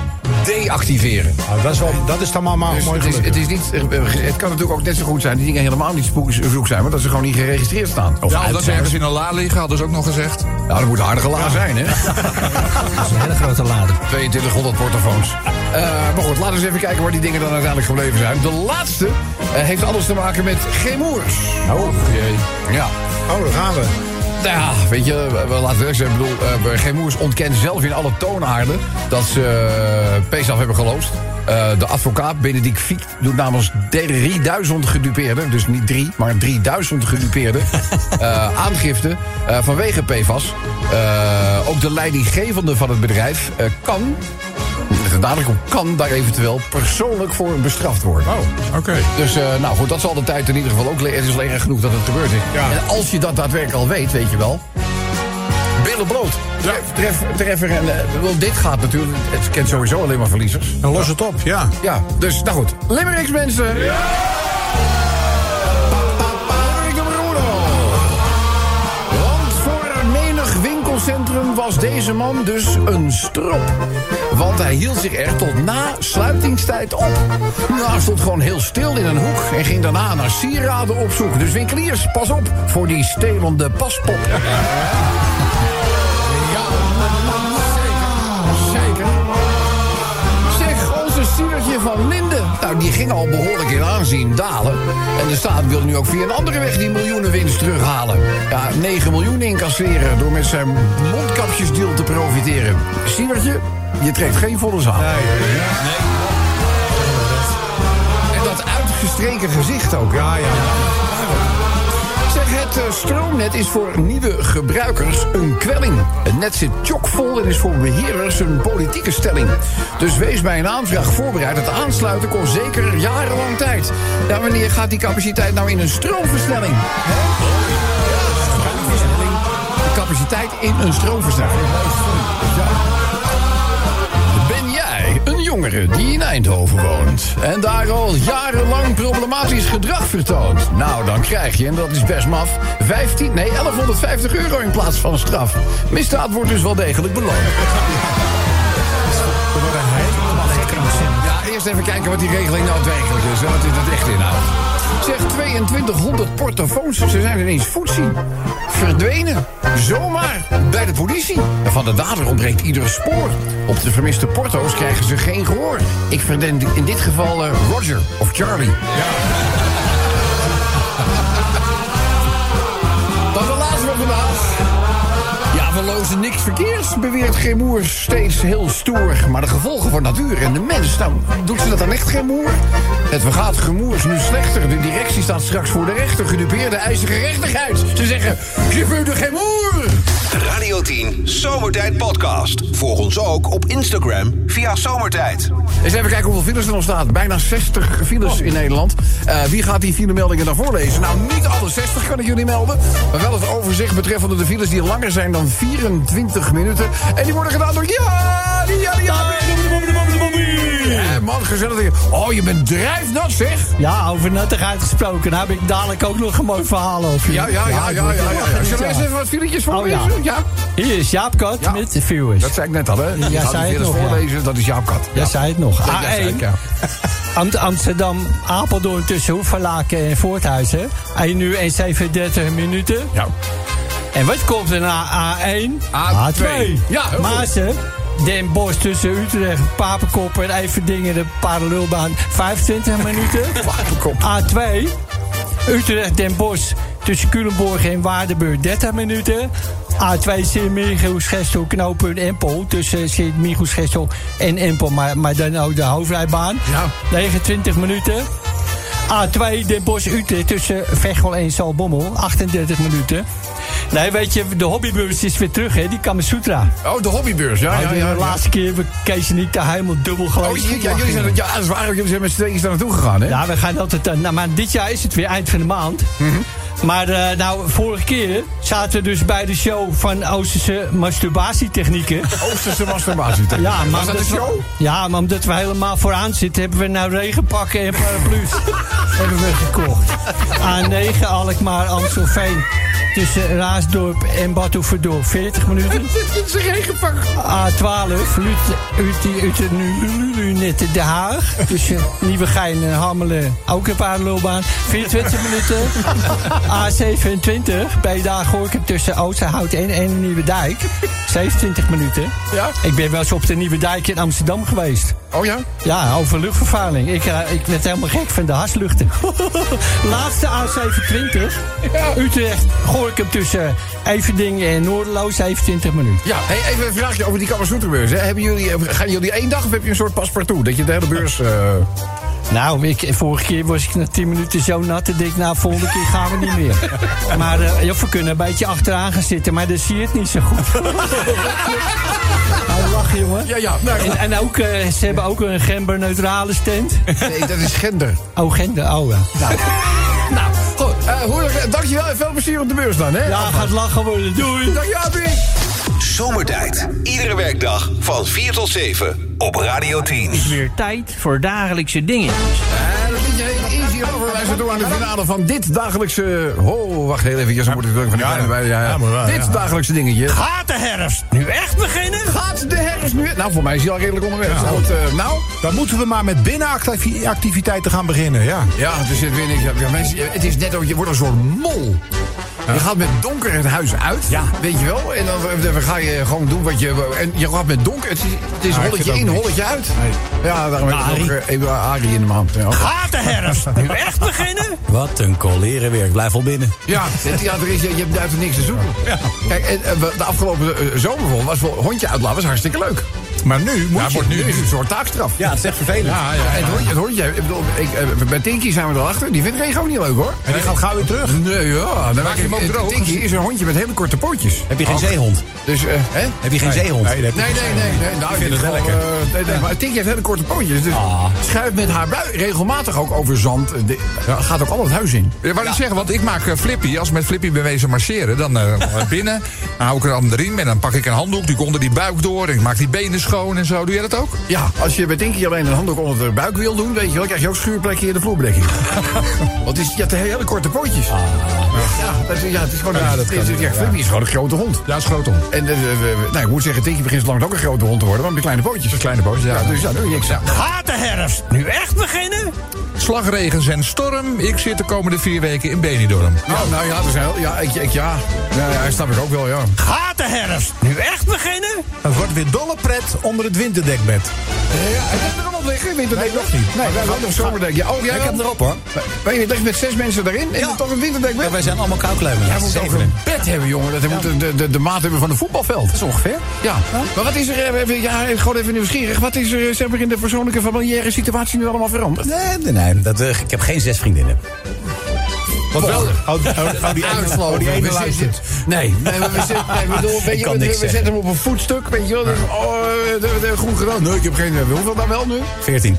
S2: deactiveren.
S4: Nou, dat, is wel, dat is dan maar,
S3: Oh,
S4: maar
S2: Dus
S4: mooi
S2: het, is,
S4: gelukt.
S2: het, is niet, het kan natuurlijk ook net zo goed zijn die dingen helemaal niet spook- zoek zijn, maar dat ze gewoon niet geregistreerd staan. Of
S11: Ja,
S2: uit
S11: omdat ze
S2: zijn.
S11: ergens in een la liggen, hadden ze ook nog gezegd.
S2: Nou, dat moet een aardige la zijn, hè?
S3: Dat is een hele grote lader.
S2: 2200 portofoons. Eh, maar goed, laten we eens even kijken waar die dingen dan uiteindelijk gebleven zijn. De laatste eh, heeft alles te maken met Gemoers.
S4: Oh,
S2: Ja.
S4: oh, daar gaan we.
S2: Nou ja, weet je, we- we laten we eerlijk zijn. Ik bedoel, eh Gemoers ontkent zelf in alle toonaarden dat ze eh, PSAF hebben geloosd. Eh, de advocaat Benedict Fiek doet namens 3000 gedupeerden, dus niet drie, maar 3000 gedupeerden, eh, aangifte eh, vanwege PFAS. Eh, ook de leidinggevende van het bedrijf eh, kan, met een nadruk op kan, daar eventueel persoonlijk voor bestraft worden.
S11: oké.
S2: Dus eh, nou goed, dat zal de tijd in ieder geval ook leren. Het is alleen erg genoeg dat het gebeurd is. En als je dat daadwerkelijk al weet, weet je wel. Billen bloot. Tref, tref, treffer en... eh, wel, dit gaat natuurlijk... Het kent sowieso alleen maar verliezers.
S4: Dan los het op, ja.
S2: Ja, dus nou goed. Limericks mensen. Ja! Limerick de Bruno. Want voor menig winkelcentrum was deze man dus een strop. Want hij hield zich er tot na sluitingstijd op. Nou, hij stond gewoon heel stil in een hoek en ging daarna naar sieraden op zoek. Dus winkeliers, pas op voor die stelende paspop. Ja, zeker. Zeg, onze Siertje van Linden. Nou, nou, die ging al behoorlijk in aanzien dalen. En de staat wil nu ook via een andere weg die miljoenen winst terughalen. Ja, 9 miljoen incasseren door met zijn mondkapjesdeal te profiteren. Siebertje, je trekt geen volle zaal. En dat uitgestreken gezicht ook. Ja, ja. Zeg, het eh, stroomnet is voor nieuwe gebruikers een kwelling. Het net zit chockvol en is voor beheerders een politieke stelling. Dus wees bij een aanvraag voorbereid. Het aansluiten kost zeker jarenlang tijd. Ja, wanneer gaat die capaciteit nou in een stroomversnelling? Hè? Ja, stroomversnelling. De Capaciteit in een stroomversnelling. Ja. Ben jij een jongere die in Eindhoven woont en daar al jarenlang problematisch gedrag vertoont? Nou, dan krijg je, en dat is best maf, 15, nee, 1150 euro in plaats van straf. Misdaad wordt dus wel degelijk beloond. Ja, eerst even kijken wat die regeling nou daadwerkelijk is en wat dit het echt inhoudt. Zeg, 2200 portofoons, ze zijn ineens voetsie. Verdwenen, zomaar, bij de politie. En Van de dader ontbreekt ieder spoor. Op de vermiste porto's krijgen ze geen gehoor. Ik verden in dit geval eh, Roger of Charlie. Dat is de laatste van vandaag. Ja, we lozen niks verkeers, beweert Gemoer steeds heel stoer. Maar de gevolgen voor natuur en de mens, nou, doet ze dat dan echt Gemoer? Het vergaat Gemoers nu slechter. De directie staat straks voor de rechter. Gedupeerde eisen gerechtigheid. Ze zeggen, je vuurde Gemoer!
S1: De Radio 10 Zomertijd Podcast. Volg ons ook op Instagram via Zomertijd.
S2: Eens even kijken hoeveel files er nog staat. Bijna 60 files
S3: Oh.
S2: in Nederland. Eh, wie gaat die filemeldingen dan voorlezen? Nou, niet alle 60 kan ik jullie melden. Maar wel het overzicht betreffende de files die langer zijn dan 24 minuten. En die worden gedaan door... Ja, die, ja, die, ja. Eh, man, gezellig. weer. Oh, je bent drijfnat, zeg.
S3: Ja, over nuttigheid gesproken. Daar heb ik dadelijk ook nog een mooi verhaal over.
S2: Ja, ja, ja, ja, ja. ja, Zullen we eens even wat filetjes voorlezen?
S3: Oh,
S2: ja.
S3: Hier is Jaap Kot
S2: Ja.
S3: met de viewers.
S2: Dat zei ik net al, hè?
S3: Ja,
S2: Ik had die
S3: zei het
S2: files
S3: nog, ja.
S2: voorlezen, dat is jouw kat.
S3: Jij zei het nog.
S2: Ja, zei
S3: A1.
S2: ik, ja.
S3: Am- Amsterdam, Apeldoorn tussen Hoevelaken en Voorthuizen. 1 uur en 37 minuten.
S2: Ja.
S3: En wat komt er na A1?
S2: A2. Ja, heel goed.
S3: Maasen, Den Bosch tussen Utrecht, Papenkop en Everdingen, de parallelbaan. 25 minuten.
S2: Papenkop.
S3: A2. Utrecht, Den Bosch tussen Culemborg en Waardenburg. 30 minuten. A2 Sint-Michiels-Gestel, knooppunt Empel. Tussen Sint-Michiels-Gestel en Empel, maar, maar dan ook de hoofdrijbaan.
S2: Ja.
S3: 29 minuten. A2 Den Bosch-Utrecht tussen Veghel en Zalbommel. 38 minuten. Nee, weet je, de hobbybeurs is weer terug, hè? Die Kamasutra.
S2: Oh, de hobbybeurs, ja, ja,
S3: de
S2: ja. ja.
S3: laatste keer we Kees en ik daar helemaal dubbel
S2: Oh,
S3: geweest.
S2: je- ja, jullie zijn, ja, dat is waar. Jullie zijn met z'n tweeën daar naartoe gegaan, hè?
S3: Ja, we gaan altijd. eh, Nou, maar dit jaar is het weer eind van de maand. Maar eh, nou, vorige keer zaten we dus bij de show van Oosterse masturbatietechnieken.
S2: Oosterse masturbatie.
S3: Ja, maar
S2: Was dat een
S3: omdat we-
S2: show?
S3: Ja, maar omdat we helemaal vooraan zitten, hebben we nou regenpakken en paraplu's hebben we gekocht. A9 Alkmaar Amstelveen. Tussen Raasdorp en Badhoevedorp. 40 minuten.
S2: Dit is een regenpak.
S3: A12, Utenunet Den Haag. Tussen Nieuwegein en Hammelen, ook een paar loopbaan. 24 minuten. A27, bij Daagorken tussen Oosterhout en, en Nieuwe Dijk. 27 minuten.
S2: Ja?
S3: Ik ben wel eens op de Nieuwe Dijk in Amsterdam geweest.
S2: Oh ja?
S3: Ja, over luchtvervuiling. Ik, eh, ik werd helemaal gek van de hasluchten. Laatste A27. Utrecht, Gorkum tussen Everding en Noorderloos. 27 minuten.
S2: Ja, hey, even een vraagje over die Kamasutra-beurs. hè. Hebben jullie, eh, gaan jullie één dag of heb je een soort paspartout? Dat je de hele beurs... eh,
S3: Nou, ik, vorige keer was ik na 10 minuten zo nat. En denk, nou, volgende keer gaan we niet meer. Maar eh, ja, we kunnen een beetje achteraan gaan zitten. Maar dan zie je het niet zo goed. nou, lach, jongen.
S2: Ja, ja. Nou,
S3: En, en ook, eh, ze hebben ook een genderneutrale stand.
S2: nee, dat is gender.
S3: Oh, gender, oh ja.
S2: Nou, goed. eh, hoorlijk, dankjewel en veel plezier op de beurs dan, hè?
S3: Ja, gaat lachen worden. Doei.
S2: Dankjewel, Pien.
S1: Zomertijd. Iedere werkdag van 4 tot 7 op Radio 10.
S6: Weer tijd voor dagelijkse dingen.
S2: En dat liedje heet Easy Lover. Wij zijn door aan de finale van dit dagelijkse... Oh, wacht heel even. Zo moet ik druk van die kleine bij. Ja, ja.
S4: maar wel,
S2: Dit
S4: ja.
S2: dagelijkse dingetje.
S4: Gaat de herfst.
S2: nu echt beginnen? Gaat de herfst nu? Nou, voor mij is hij al redelijk onderweg. Goed, eh, nou...
S4: Dan moeten we maar met binnenactiviteiten gaan beginnen, ja.
S2: Ja, er zit weer niks. Ja, mensen, het is net ook, je wordt een soort mol. Je gaat met donker het huis uit.
S12: Ja.
S2: Weet je wel? En dan, eh, dan ga je gewoon doen wat je. En je gaat met donker. Het is, het is
S12: ik vind
S2: holletje
S12: dat
S2: in,
S12: niks.
S2: holletje uit. Ja, daarom heb ik
S12: Arie.
S2: ook eh, even Arie in de hand. Ja,
S6: Gaat de herfst nu echt beginnen?
S12: Wat een weer. Blijf al binnen.
S2: ja, het, ja er is, eh, je hebt uit niks te zoeken. Kijk, en, eh, we- de afgelopen eh, zomer bijvoorbeeld was wel hondje uitlaten was hartstikke leuk.
S4: Maar nu moet
S2: Ja,
S4: je...
S2: wordt nu
S11: dus-
S2: is het een soort taakstraf.
S12: Ja, het is echt vervelend.
S2: Ja, ja, het hondje, het hondje. Ik bedoel, ik, eh, bij Tinky zijn we erachter. Die vindt Rego niet leuk hoor.
S4: En die gaat gauw weer terug.
S2: Nee, ja. Dan maak
S11: je hem ook droog?
S2: Tinky is een hondje met hele korte pootjes.
S12: Heb je geen
S2: Ook.
S12: zeehond?
S2: Dus, eh, hè?
S12: Heb je geen zeehond?
S5: Nee, dat heb ik
S2: Nee, nee, nee. nee. Nou, ik
S5: vind het wel
S2: gewoon,
S5: lekker.
S2: eh, nee, nee, maar Tinky heeft hele korte pootjes. Dus schuift met haar bui regelmatig ook over zand. eh, de- gaat ook al het huis in.
S11: Ja, wou ik zeggen, want ik maak eh, Flippy. Als ik met Flippy bewezen marcheren, dan eh, binnen. Dan
S4: Nou,
S11: hou ik er dan erin en dan pak ik een handdoek. Die ik onder die buik door en ik maak die benen schoon en zo. Doe jij dat ook?
S2: Ja, als je bij Tinky alleen een handdoek onder de buik wil doen, weet je wel, krijg je ook schuurplekje in de vloerbedekking. Want het is, je hebt hele korte pootjes. Ja, dat is, ja, het is gewoon een, het is, ja, Flippy is gewoon een grote hond.
S11: Ja, schoot om.
S2: En eh, eh, eh, nou, ik moet zeggen, Tinky begint langs ook een grote hond te worden, maar met kleine pootjes.
S11: Kleine boos, ja.
S2: Dus ja, doe je niks aan.
S6: Gaat de herfst nu echt beginnen?
S11: Slagregens en storm. Ik zit de komende vier weken in Benidorm.
S2: Nou, nou ja, dat is heel, ja, ik, ik, ja. Ja, ja, snap ik ook wel, ja.
S6: Gaat de herfst nu echt beginnen?
S4: Het wordt weer dolle pret onder het winterdekbed.
S2: Ik heb er al op liggen, winterdek
S4: nog niet.
S2: Nee, wij hebben ook nog zomerdek. Ja, oh, ja.
S12: Ik heb hem erop, hoor.
S2: Ben je ligt met zes mensen daarin en
S12: Ja.
S2: toch een winterdek
S12: Ja, wij zijn allemaal koukleumers.
S2: Hij moet ook een bed hebben, jongen. Dat hij moet de- de, de, de maat hebben van een voetbalveld.
S12: is ongeveer.
S2: Ja, maar wat is er, eh, even, ja, gewoon even nieuwsgierig. Wat is er eh, zeg maar, in de persoonlijke familiaire situatie nu allemaal veranderd?
S12: Nee, nee, nee. Dat, eh, ik heb geen zes vriendinnen.
S4: Wat wel? die
S2: Uitvloot,
S4: die ene
S2: we zitten.
S4: luistert.
S12: Nee.
S2: Nee, maar we zitten, nee, ik bedoel, weet
S12: Ik
S2: je,
S12: kan
S2: we, we
S12: niks
S2: zetten
S12: zeggen.
S2: hem op een voetstuk, weet je wel. Dus, oh, eh, dat hebben we goed gedaan. Nee, ik heb geen, eh, hoeveel daar wel nu?
S12: Veertien.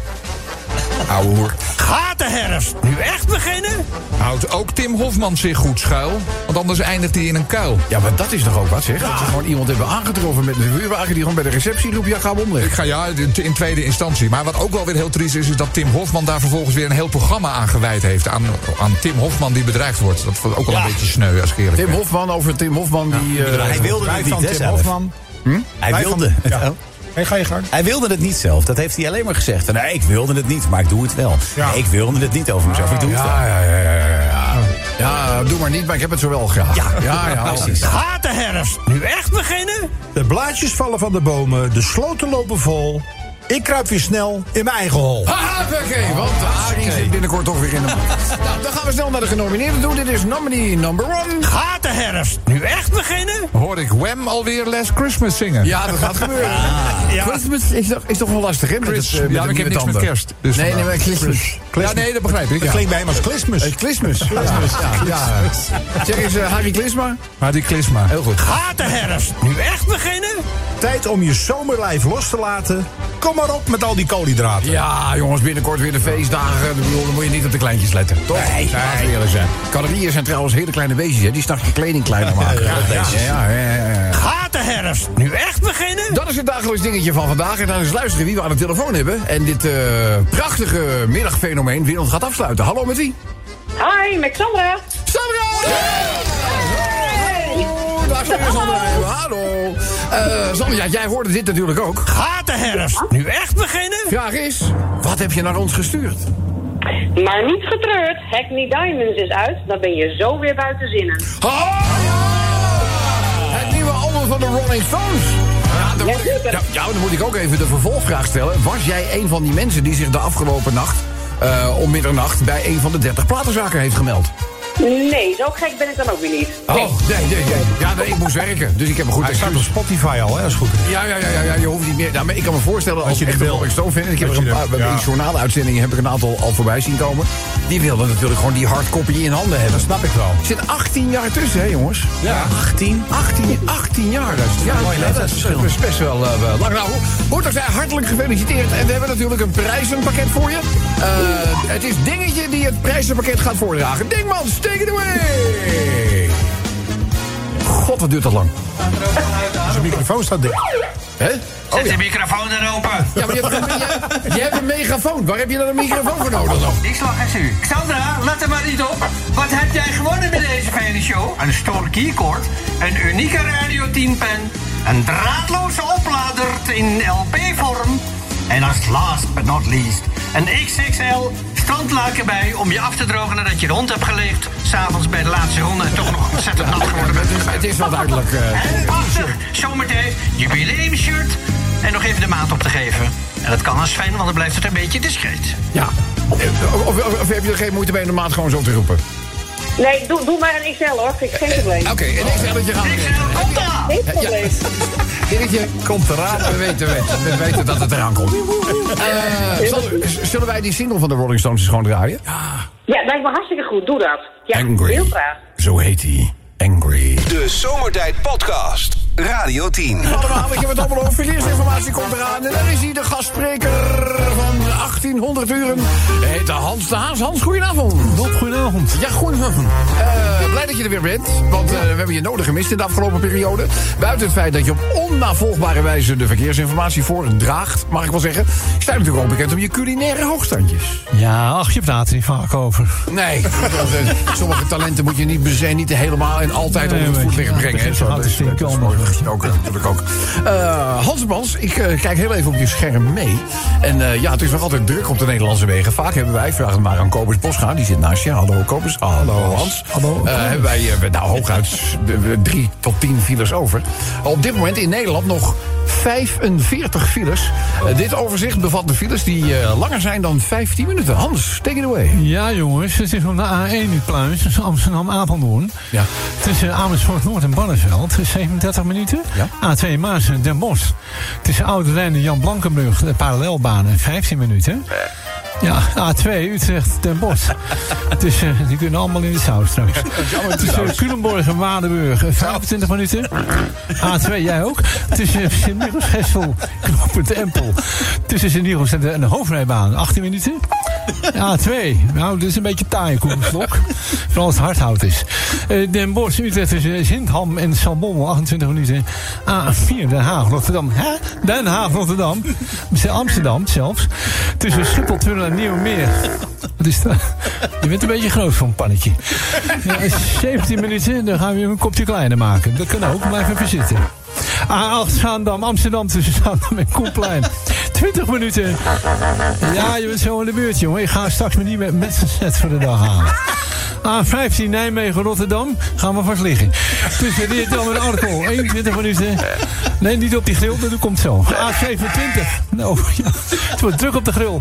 S11: Oude hoer.
S6: Gaat de herfst nu echt beginnen?
S11: Houdt ook Tim Hofman zich goed schuil? Want anders eindigt hij in een kuil.
S2: Ja, maar dat is toch ook wat, zeg. Dat ze gewoon iemand hebben aangetroffen met een huurwagen... die gewoon bij de receptie roept, ja, ga hem omleggen.
S11: Ik ga ja, in tweede instantie. Maar wat ook wel weer heel triest is, is dat Tim Hofman daar vervolgens weer een heel programma aan gewijd heeft. Aan, aan Tim Hofman die bedreigd wordt. Dat vond ik ook wel een beetje sneu, als ik eerlijk
S2: Tim
S11: ben.
S2: Hofman over Tim Hofman, die... eh,
S12: hij wilde
S4: Wij
S12: het
S4: van
S12: niet, hè,
S4: Tim
S12: zelf. Hm?
S4: Hofman.
S12: Hij
S4: Wij
S12: wilde
S4: van-
S12: het
S4: Ja.
S12: ook.
S4: Hey, ga je gang.
S12: Hij wilde het niet zelf. Dat heeft hij alleen maar gezegd. Nee, ik wilde het niet, maar ik doe het wel.
S4: Ja.
S12: Nee, ik wilde het niet over mezelf. Ik doe het wel.
S2: ja, ja, ja, ja, ja. Ja, "Eh, doe maar niet, maar ik heb het zo wel graag.
S12: Ja.
S2: ja, ja.
S12: Precies.
S6: Gaat de herfst nu echt beginnen?
S4: De blaadjes vallen van de bomen, de sloten lopen vol. Ik kruip weer snel in mijn eigen hol.
S2: Haha, Ah, oké, want de Arie zit binnenkort toch weer in de mond. nou, dan gaan we snel naar de genomineerden toe. Dit is nominee number one.
S6: Gaat de herfst nu echt beginnen?
S11: Hoor ik Wham alweer Last Christmas zingen?
S2: Ja, dat gaat gebeuren. Christmas is toch, is toch wel lastig, hè? Met
S11: Chris-
S2: het, eh, met
S11: ja,
S2: de
S11: ik heb
S2: nieuwe
S11: niks met
S2: tanden.
S11: kerst, dus
S2: nee, nee,
S11: vandaar.
S2: maar Christmas.
S11: Ja, nee, dat begrijp ik.
S4: Dat
S11: Ja.
S4: klinkt bij hem als klismus.
S2: Eh, Christmas. Christmas, ja. ja. Zeg eens, eh, Harry Klisma.
S11: Maar die klisma.
S2: Heel goed.
S6: Gaat de herfst nu echt beginnen?
S4: Tijd om je zomerlijf los te laten. Kom maar op met al die koolhydraten.
S2: Ja, jongens, binnenkort weer de feestdagen. Ik bedoel, Dan moet je niet op de kleintjes letten. Toch? Nee, nee. eerlijk zijn. Calorieën zijn trouwens hele kleine beestjes, hè? Die s'nachts je kleding kleiner maken. Ja, ja, ja, ja, ja.
S6: Gaat de herfst nu echt beginnen?
S2: Dat is het dagelijks dingetje van vandaag. En dan is luisteren wie we aan de telefoon hebben. En dit eh, prachtige middagfenomeen wereld gaat afsluiten. Hallo met wie?
S13: Hi, met Sandra.
S2: Sandra! Hallo, Daar zijn we Sandra. Hallo. Eh Sandra, ja, jij hoorde dit natuurlijk ook.
S6: Gaat de herfst nu echt beginnen?
S2: Vraag is, wat heb je naar ons gestuurd?
S13: Maar niet getreurd, Hackney Diamonds is uit. Dan ben je zo weer buiten zinnen.
S2: Oh! Het nieuwe album van de Rolling Stones. Ja, dan moet ik, ja, ja, dan moet ik ook even de vervolgvraag stellen. Was jij een van die mensen die zich de afgelopen nacht... eh, om middernacht bij een van de 30 platenzaken heeft gemeld?
S13: Nee, zo gek ben ik dan ook weer niet.
S2: Oh, nee, nee, nee. Ja, nee, ik moest werken. Dus ik heb een goed
S4: Hij staat op
S2: excuus.
S4: Spotify al, hè, als het goed is.
S2: Ja, ja, ja, ja, ja, je hoeft niet meer. Nou, maar ik kan me voorstellen als,
S4: Als je
S2: je echt
S4: dit
S2: een
S4: wil.
S2: Rolling Stone vindt. Ik heb
S4: Als
S2: er een
S4: je
S2: paar,
S4: dit-
S2: bij
S4: ja.
S2: een journaalenuitzendingen heb ik een aantal al voorbij zien komen. Die wilden natuurlijk gewoon die hardcopy in handen hebben.
S4: Dat snap ik wel.
S2: Er zit 18 jaar tussen, hè, jongens?
S12: Ja. 18.
S2: 18, 18 jaar, dat is, ja,
S12: mooi
S2: dat is,
S12: leeftijdsverschil.
S2: dat is best wel eh, wel lang. Nou, ho- hoort ook zijn hartelijk gefeliciteerd. En we hebben natuurlijk een prijzenpakket voor je. Eh, het is Dingetje die het prijzenpakket gaat voordragen. Dingmans, take it away! God, wat duurt dat lang.
S4: Zijn microfoon staat dicht.
S2: Hè? Oh
S6: Zet
S2: ja.
S6: de microfoon dan open.
S2: Ja, maar je hebt, een- je, je hebt een megafoon. Waar heb je dan een microfoon voor nodig dan?
S6: Ik slag eens u. Sandra, let er maar niet op. Wat heb jij gewonnen met deze fijne show? Een store keycord, een unieke Radio 10 pen, een draadloze oplader in LP-vorm en als last but not least een XXL strandlaken bij om je af te drogen nadat je de hond hebt geleegd. S'avonds bij de laatste ronde toch nog ontzettend nat geworden bent.
S2: Het is wel duidelijk. eh,
S6: En prachtig, zometeen jubileumshirt. En nog even de maat op te geven. En dat kan als fijn, want dan blijft het een beetje discreet.
S2: ja. Of, of, of- of heb je er geen moeite mee om de maat gewoon zo te roepen?
S13: Nee, doe, doe maar een XL hoor. Vind ik geen probleem.
S2: Oké, en ik zeg dat je gaat.
S6: XL, komt daar!
S13: Geen probleem.
S2: Dirkje, komt eraan. We weten, we, we weten dat het eraan komt. Eh, zullen, zullen wij die single van de Rolling Stones eens gewoon draaien?
S13: Ja, lijkt me hartstikke goed. Doe dat. Ja, heel graag.
S2: Zo heet hij. Angry.
S1: De Zomertijd Podcast. Radio 10.
S2: Allemaal, ik heb het allemaal over. Verkeersinformatie komt eraan. En daar is hij, de gastspreker van 1800 uren. Hij heet de Hans de Haas. Hans, goedenavond. Bob, goedenavond. Ja, goedenavond. Eh, blij dat je er weer bent, want eh, we hebben je nodig gemist in de afgelopen periode. Buiten het feit dat je op onnavolgbare wijze de verkeersinformatie voordraagt, mag ik wel zeggen, sta je natuurlijk ook bekend om je culinaire hoogstandjes.
S3: Ja, ach, je praat er niet vaak over.
S2: Nee, sommige talenten moet je niet per se niet helemaal en altijd
S3: Nee,
S2: onder het
S3: weet
S2: voetlicht
S3: je, ja,
S2: brengen.
S3: dat
S2: hè.
S3: is-
S2: Zo,
S3: houdt
S2: Dat is
S3: het
S2: dat
S3: in
S2: is
S3: kalm.
S2: mooi gesproken natuurlijk ook. Eh Hansmans, ik eh, kijk heel even op je scherm mee. En eh, ja, het is nog altijd druk op de Nederlandse wegen. Vaak hebben wij, vraag het maar aan Kobus Bosga, die zit naast je. Hallo Kobus, hallo Hans.
S3: Hallo,
S2: Eh, hebben wij eh, nou hooguit s- eh, drie tot tien files over. Op dit moment in Nederland nog 45 files. Eh, dit overzicht bevat de files die eh, langer zijn dan 15 minuten. Hans, take it away.
S3: Ja, jongens, het is op de A1 nu pluis, dus Amsterdam-Apeldoorn.
S2: Ja.
S3: Tussen Amersfoort Noord en Barneveld, 37 minuten.
S2: Ja.
S3: A2 Maas en Den Bosch. Tussen Oude Rijn en Jan Blankenburg, de parallelbanen, 15 minuten. Ja, A2 Utrecht Den Bosch. Tussen, die kunnen allemaal in de saus straks. Tussen Culemborg en Waardenburg, eh, 25 minuten. A2, jij ook. Tussen Sint-Nichols, Hessel, knooppunt Empel. Tussen Sint-Nichols en de, en de hoofdrijbaan, 18 minuten. A2, nou, dit is een beetje taaie koekenslok. Vooral als het hard hout is. Eh, Den Bosch, Utrecht tussen Sint-Ham en Salbon, 28 minuten. A4, Den Haag, Rotterdam. Hè? Den Haag, Rotterdam. Ze- Amsterdam zelfs. Tussen Schiphol-Tunnel en Nieuwmeer. Wat is dat? Je bent een beetje groot voor een pannetje. Ja, 17 minuten, dan gaan we weer een kopje kleiner maken. Dat kan ook, blijf even zitten. A8 Zaandam, Amsterdam tussen Zaandam en Koenplein. 20 minuten. Ja, je bent zo in de buurt, jongen. Ik ga straks met die met mensen set voor de dag halen. A15 Nijmegen, Rotterdam. Gaan we vast liggen. Tussen Leerdam en Arkel. 21 minuten. Nee, niet op die grill, dat komt zo. A27. Nou, ja. Het wordt druk op de grill.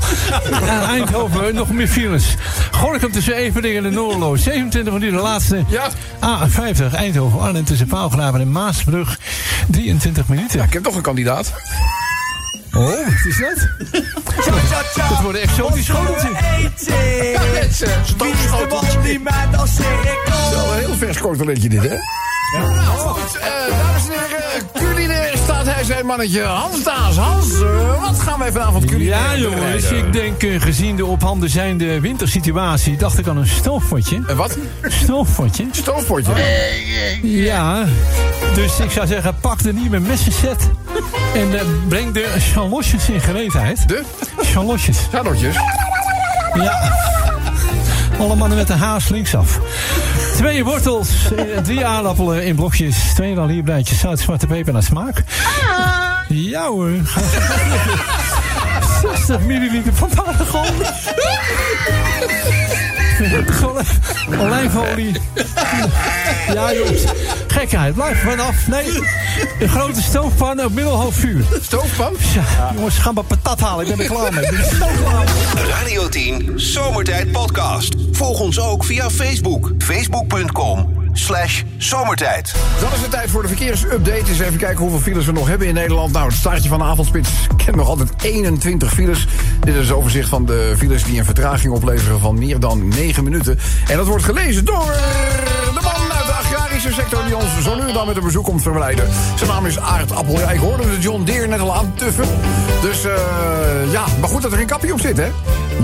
S3: Eh, Eindhoven, nog meer files. Gorkum tussen Everdingen en Noorlo. 27 minuten, de laatste.
S2: Ja.
S3: A50 Eindhoven, Arnhem tussen Paalgraven en Maasbrug. 23 minuten.
S2: Ja, Ah, ik heb nog een kandidaat.
S3: Oh, wat is dat? Dat worden echt zo die schoteltjes.
S2: Ja, mensen. Stoomschoteltje. Wel een heel vers korteletje dit, hè? Nou, goed. eh, dames en heren, culinair staat hij zijn mannetje Hans Daas. Hans, eh, wat gaan wij vanavond culinair
S3: Ja, jongens, ik denk eh, gezien de op handen zijnde wintersituatie, dacht ik aan een stoofpotje.
S2: En Eh, wat?
S3: Stoofpotje?
S2: Stoofpotje.
S3: Ja. Dus ik zou zeggen, pak de nieuwe messenset en eh, breng de chalosjes in gereedheid.
S2: De
S3: Chalosjes.
S2: salotjes.
S3: Ja. Alle mannen met de haas linksaf. Twee wortels, eh, drie aardappelen in blokjes, twee rallierbreidjes, zout, zwarte peper naar smaak. Ja hoor. 60 milliliter van watergold. Gewoon even Olijfolie. Ja jongens, gekheid, blijf vanaf. Nee, een grote stoofpan op middelhoog vuur.
S2: Stoofpan?
S3: Ja, jongens, ga maar patat halen, ik ben er klaar mee. Ik ben er zo klaar mee.
S1: Radio 10 Zomertijd Podcast. Volg ons ook via Facebook. Facebook.com slash zomertijd.
S2: Dan is het tijd voor de verkeersupdate. Eens even kijken hoeveel files we nog hebben in Nederland. Nou, het staartje van de avondspits kent nog altijd 21 files. Dit is een overzicht van de files die een vertraging opleveren van meer dan 9 minuten. En dat wordt gelezen door de man uit de agrarische sector die ons zo nu en dan met een bezoek komt verleiden. Zijn naam is Aard Appel. Ja, ik hoorde de John Deere net al aantuffen. Dus eh, ja, maar goed dat er een kapje op zit, hè?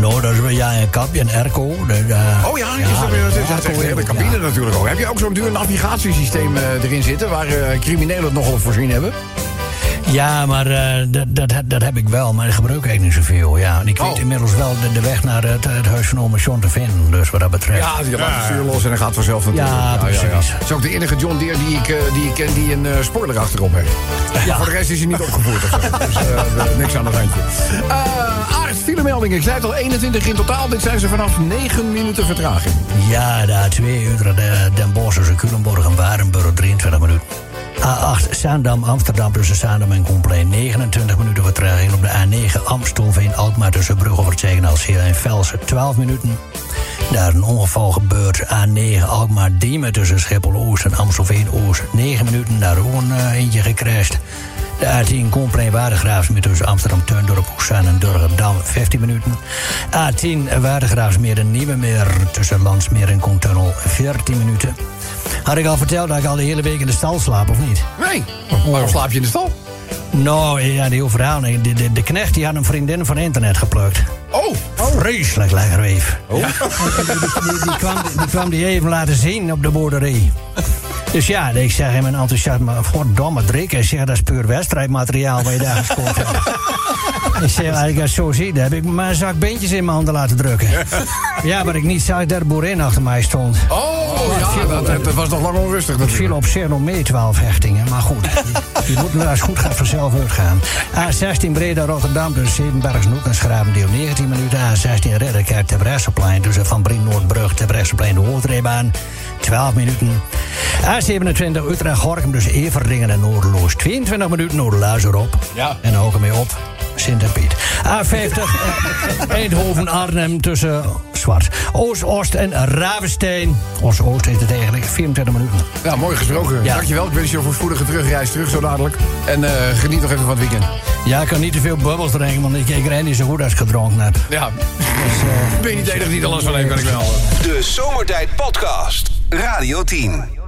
S3: Nou, dat is wel ja, een kapje, een airco. eh,
S2: Oh ja, is er weer, dat is echt een hele cabine natuurlijk ook. Heb je ook zo'n duur navigatiesysteem eh, erin zitten waar eh, criminelen het nogal op voorzien hebben?
S3: Ja, maar eh, dat, dat, heb- dat heb ik wel, maar dat gebruik ik niet zoveel. Ja. En ik
S2: Oh.
S3: weet inmiddels wel de, de weg naar het, het huis van oma John te vinden, dus wat dat betreft.
S2: Ja, die laat het vuur los en dan gaat vanzelf naartoe.
S3: Ja, precies.
S2: Dat is ook de enige John Deere die ik, eh, die ik ken die een eh, spoiler achterop heeft. Voor de rest is hij niet opgevoerd of zo. Dus eh, niks aan het randje. Eh acht filemeldingen. Ik zei het al, 21 in totaal. Dit zijn ze vanaf 9 minuten vertraging.
S3: Ja, daar 2 uur eh, de Den Bosch tussen Culemborg en Warenburg 23 minuten. A8 Zaandam, Amsterdam tussen Zaandam en Complein 29 minuten vertraging. Op de A9 Amstelveen, Alkmaar tussen Brugge over het Zegenalsheer en Velsen 12 minuten. Daar een ongeval gebeurd. A9 Alkmaar Diemen tussen Schiphol Oost en Amstelveen Oost 9 minuten. Daar ook een eh, eentje gecrashed. De A10 Komplein Waardegraafsmeer tussen Amsterdam Tuindorp, Oesaan en Durgerdam 15 minuten. A10 Waardegraafsmeer en Nieuwemeer tussen Landsmeer en Koentunnel 14 minuten. Had ik al verteld dat ik al de hele week in de stal slaap, of niet?
S2: Nee, waarom slaap je in de stal?
S3: Nou, ja, die heel verhaal. nee. De, de, de knecht die had een vriendin van internet geplukt.
S2: Oh!
S3: Vreselijk lekker weef. Ja. Die, die, kwam, die kwam die even laten zien op de boerderij. Dus ja, ik zeg hem een enthousiasme. Goddomme, Drik. Hij zegt, dat is puur wedstrijdmateriaal wat je daar gescoord hebt. Ik zeg, als ik dat zo zie, dan heb ik maar een zak beentjes in mijn handen laten drukken. Ja, maar ik niet zag dat de boerin achter mij stond.
S2: Oh, ja, dat, dat was nog lang onrustig
S3: Het viel
S2: natuurlijk.
S3: op zich nog mee, 12 hechtingen. Maar goed, je moet maar als het goed gaat vanzelf uitgaan. A16 Breda Rotterdam dus tussen Zevenbergsnoek en Schrapendeel 19 minuten. A16 Ridderkerk ter Bresseplein tussen Van Brien Noordbrug ter Bresseplein de hoofdrijbaan 12 minuten. A27 Utrecht Gorkum tussen Everdingen en Noordeloos 22 minuten. Noordelaars erop.
S2: Ja.
S3: En hoog mee op. Sint en Piet. A50 Eindhoven-Arnhem tussen Zwart. Oost-Oost en Ravenstein. Oost-Oost is het eigenlijk 24 minuten.
S2: Ja, mooi gesproken.
S3: Ja.
S2: Dankjewel. Ik wens je een voorspoedige terugreis terug zo dadelijk. En eh, geniet nog even van het weekend.
S3: Ja, ik kan niet te veel bubbels drinken, want ik, ik rijd niet zo goed als ik gedronken heb.
S2: Ja. eh, ben je niet de enige die er last van heeft, kan ik wel.
S1: De Zomertijd Podcast. Radio 10.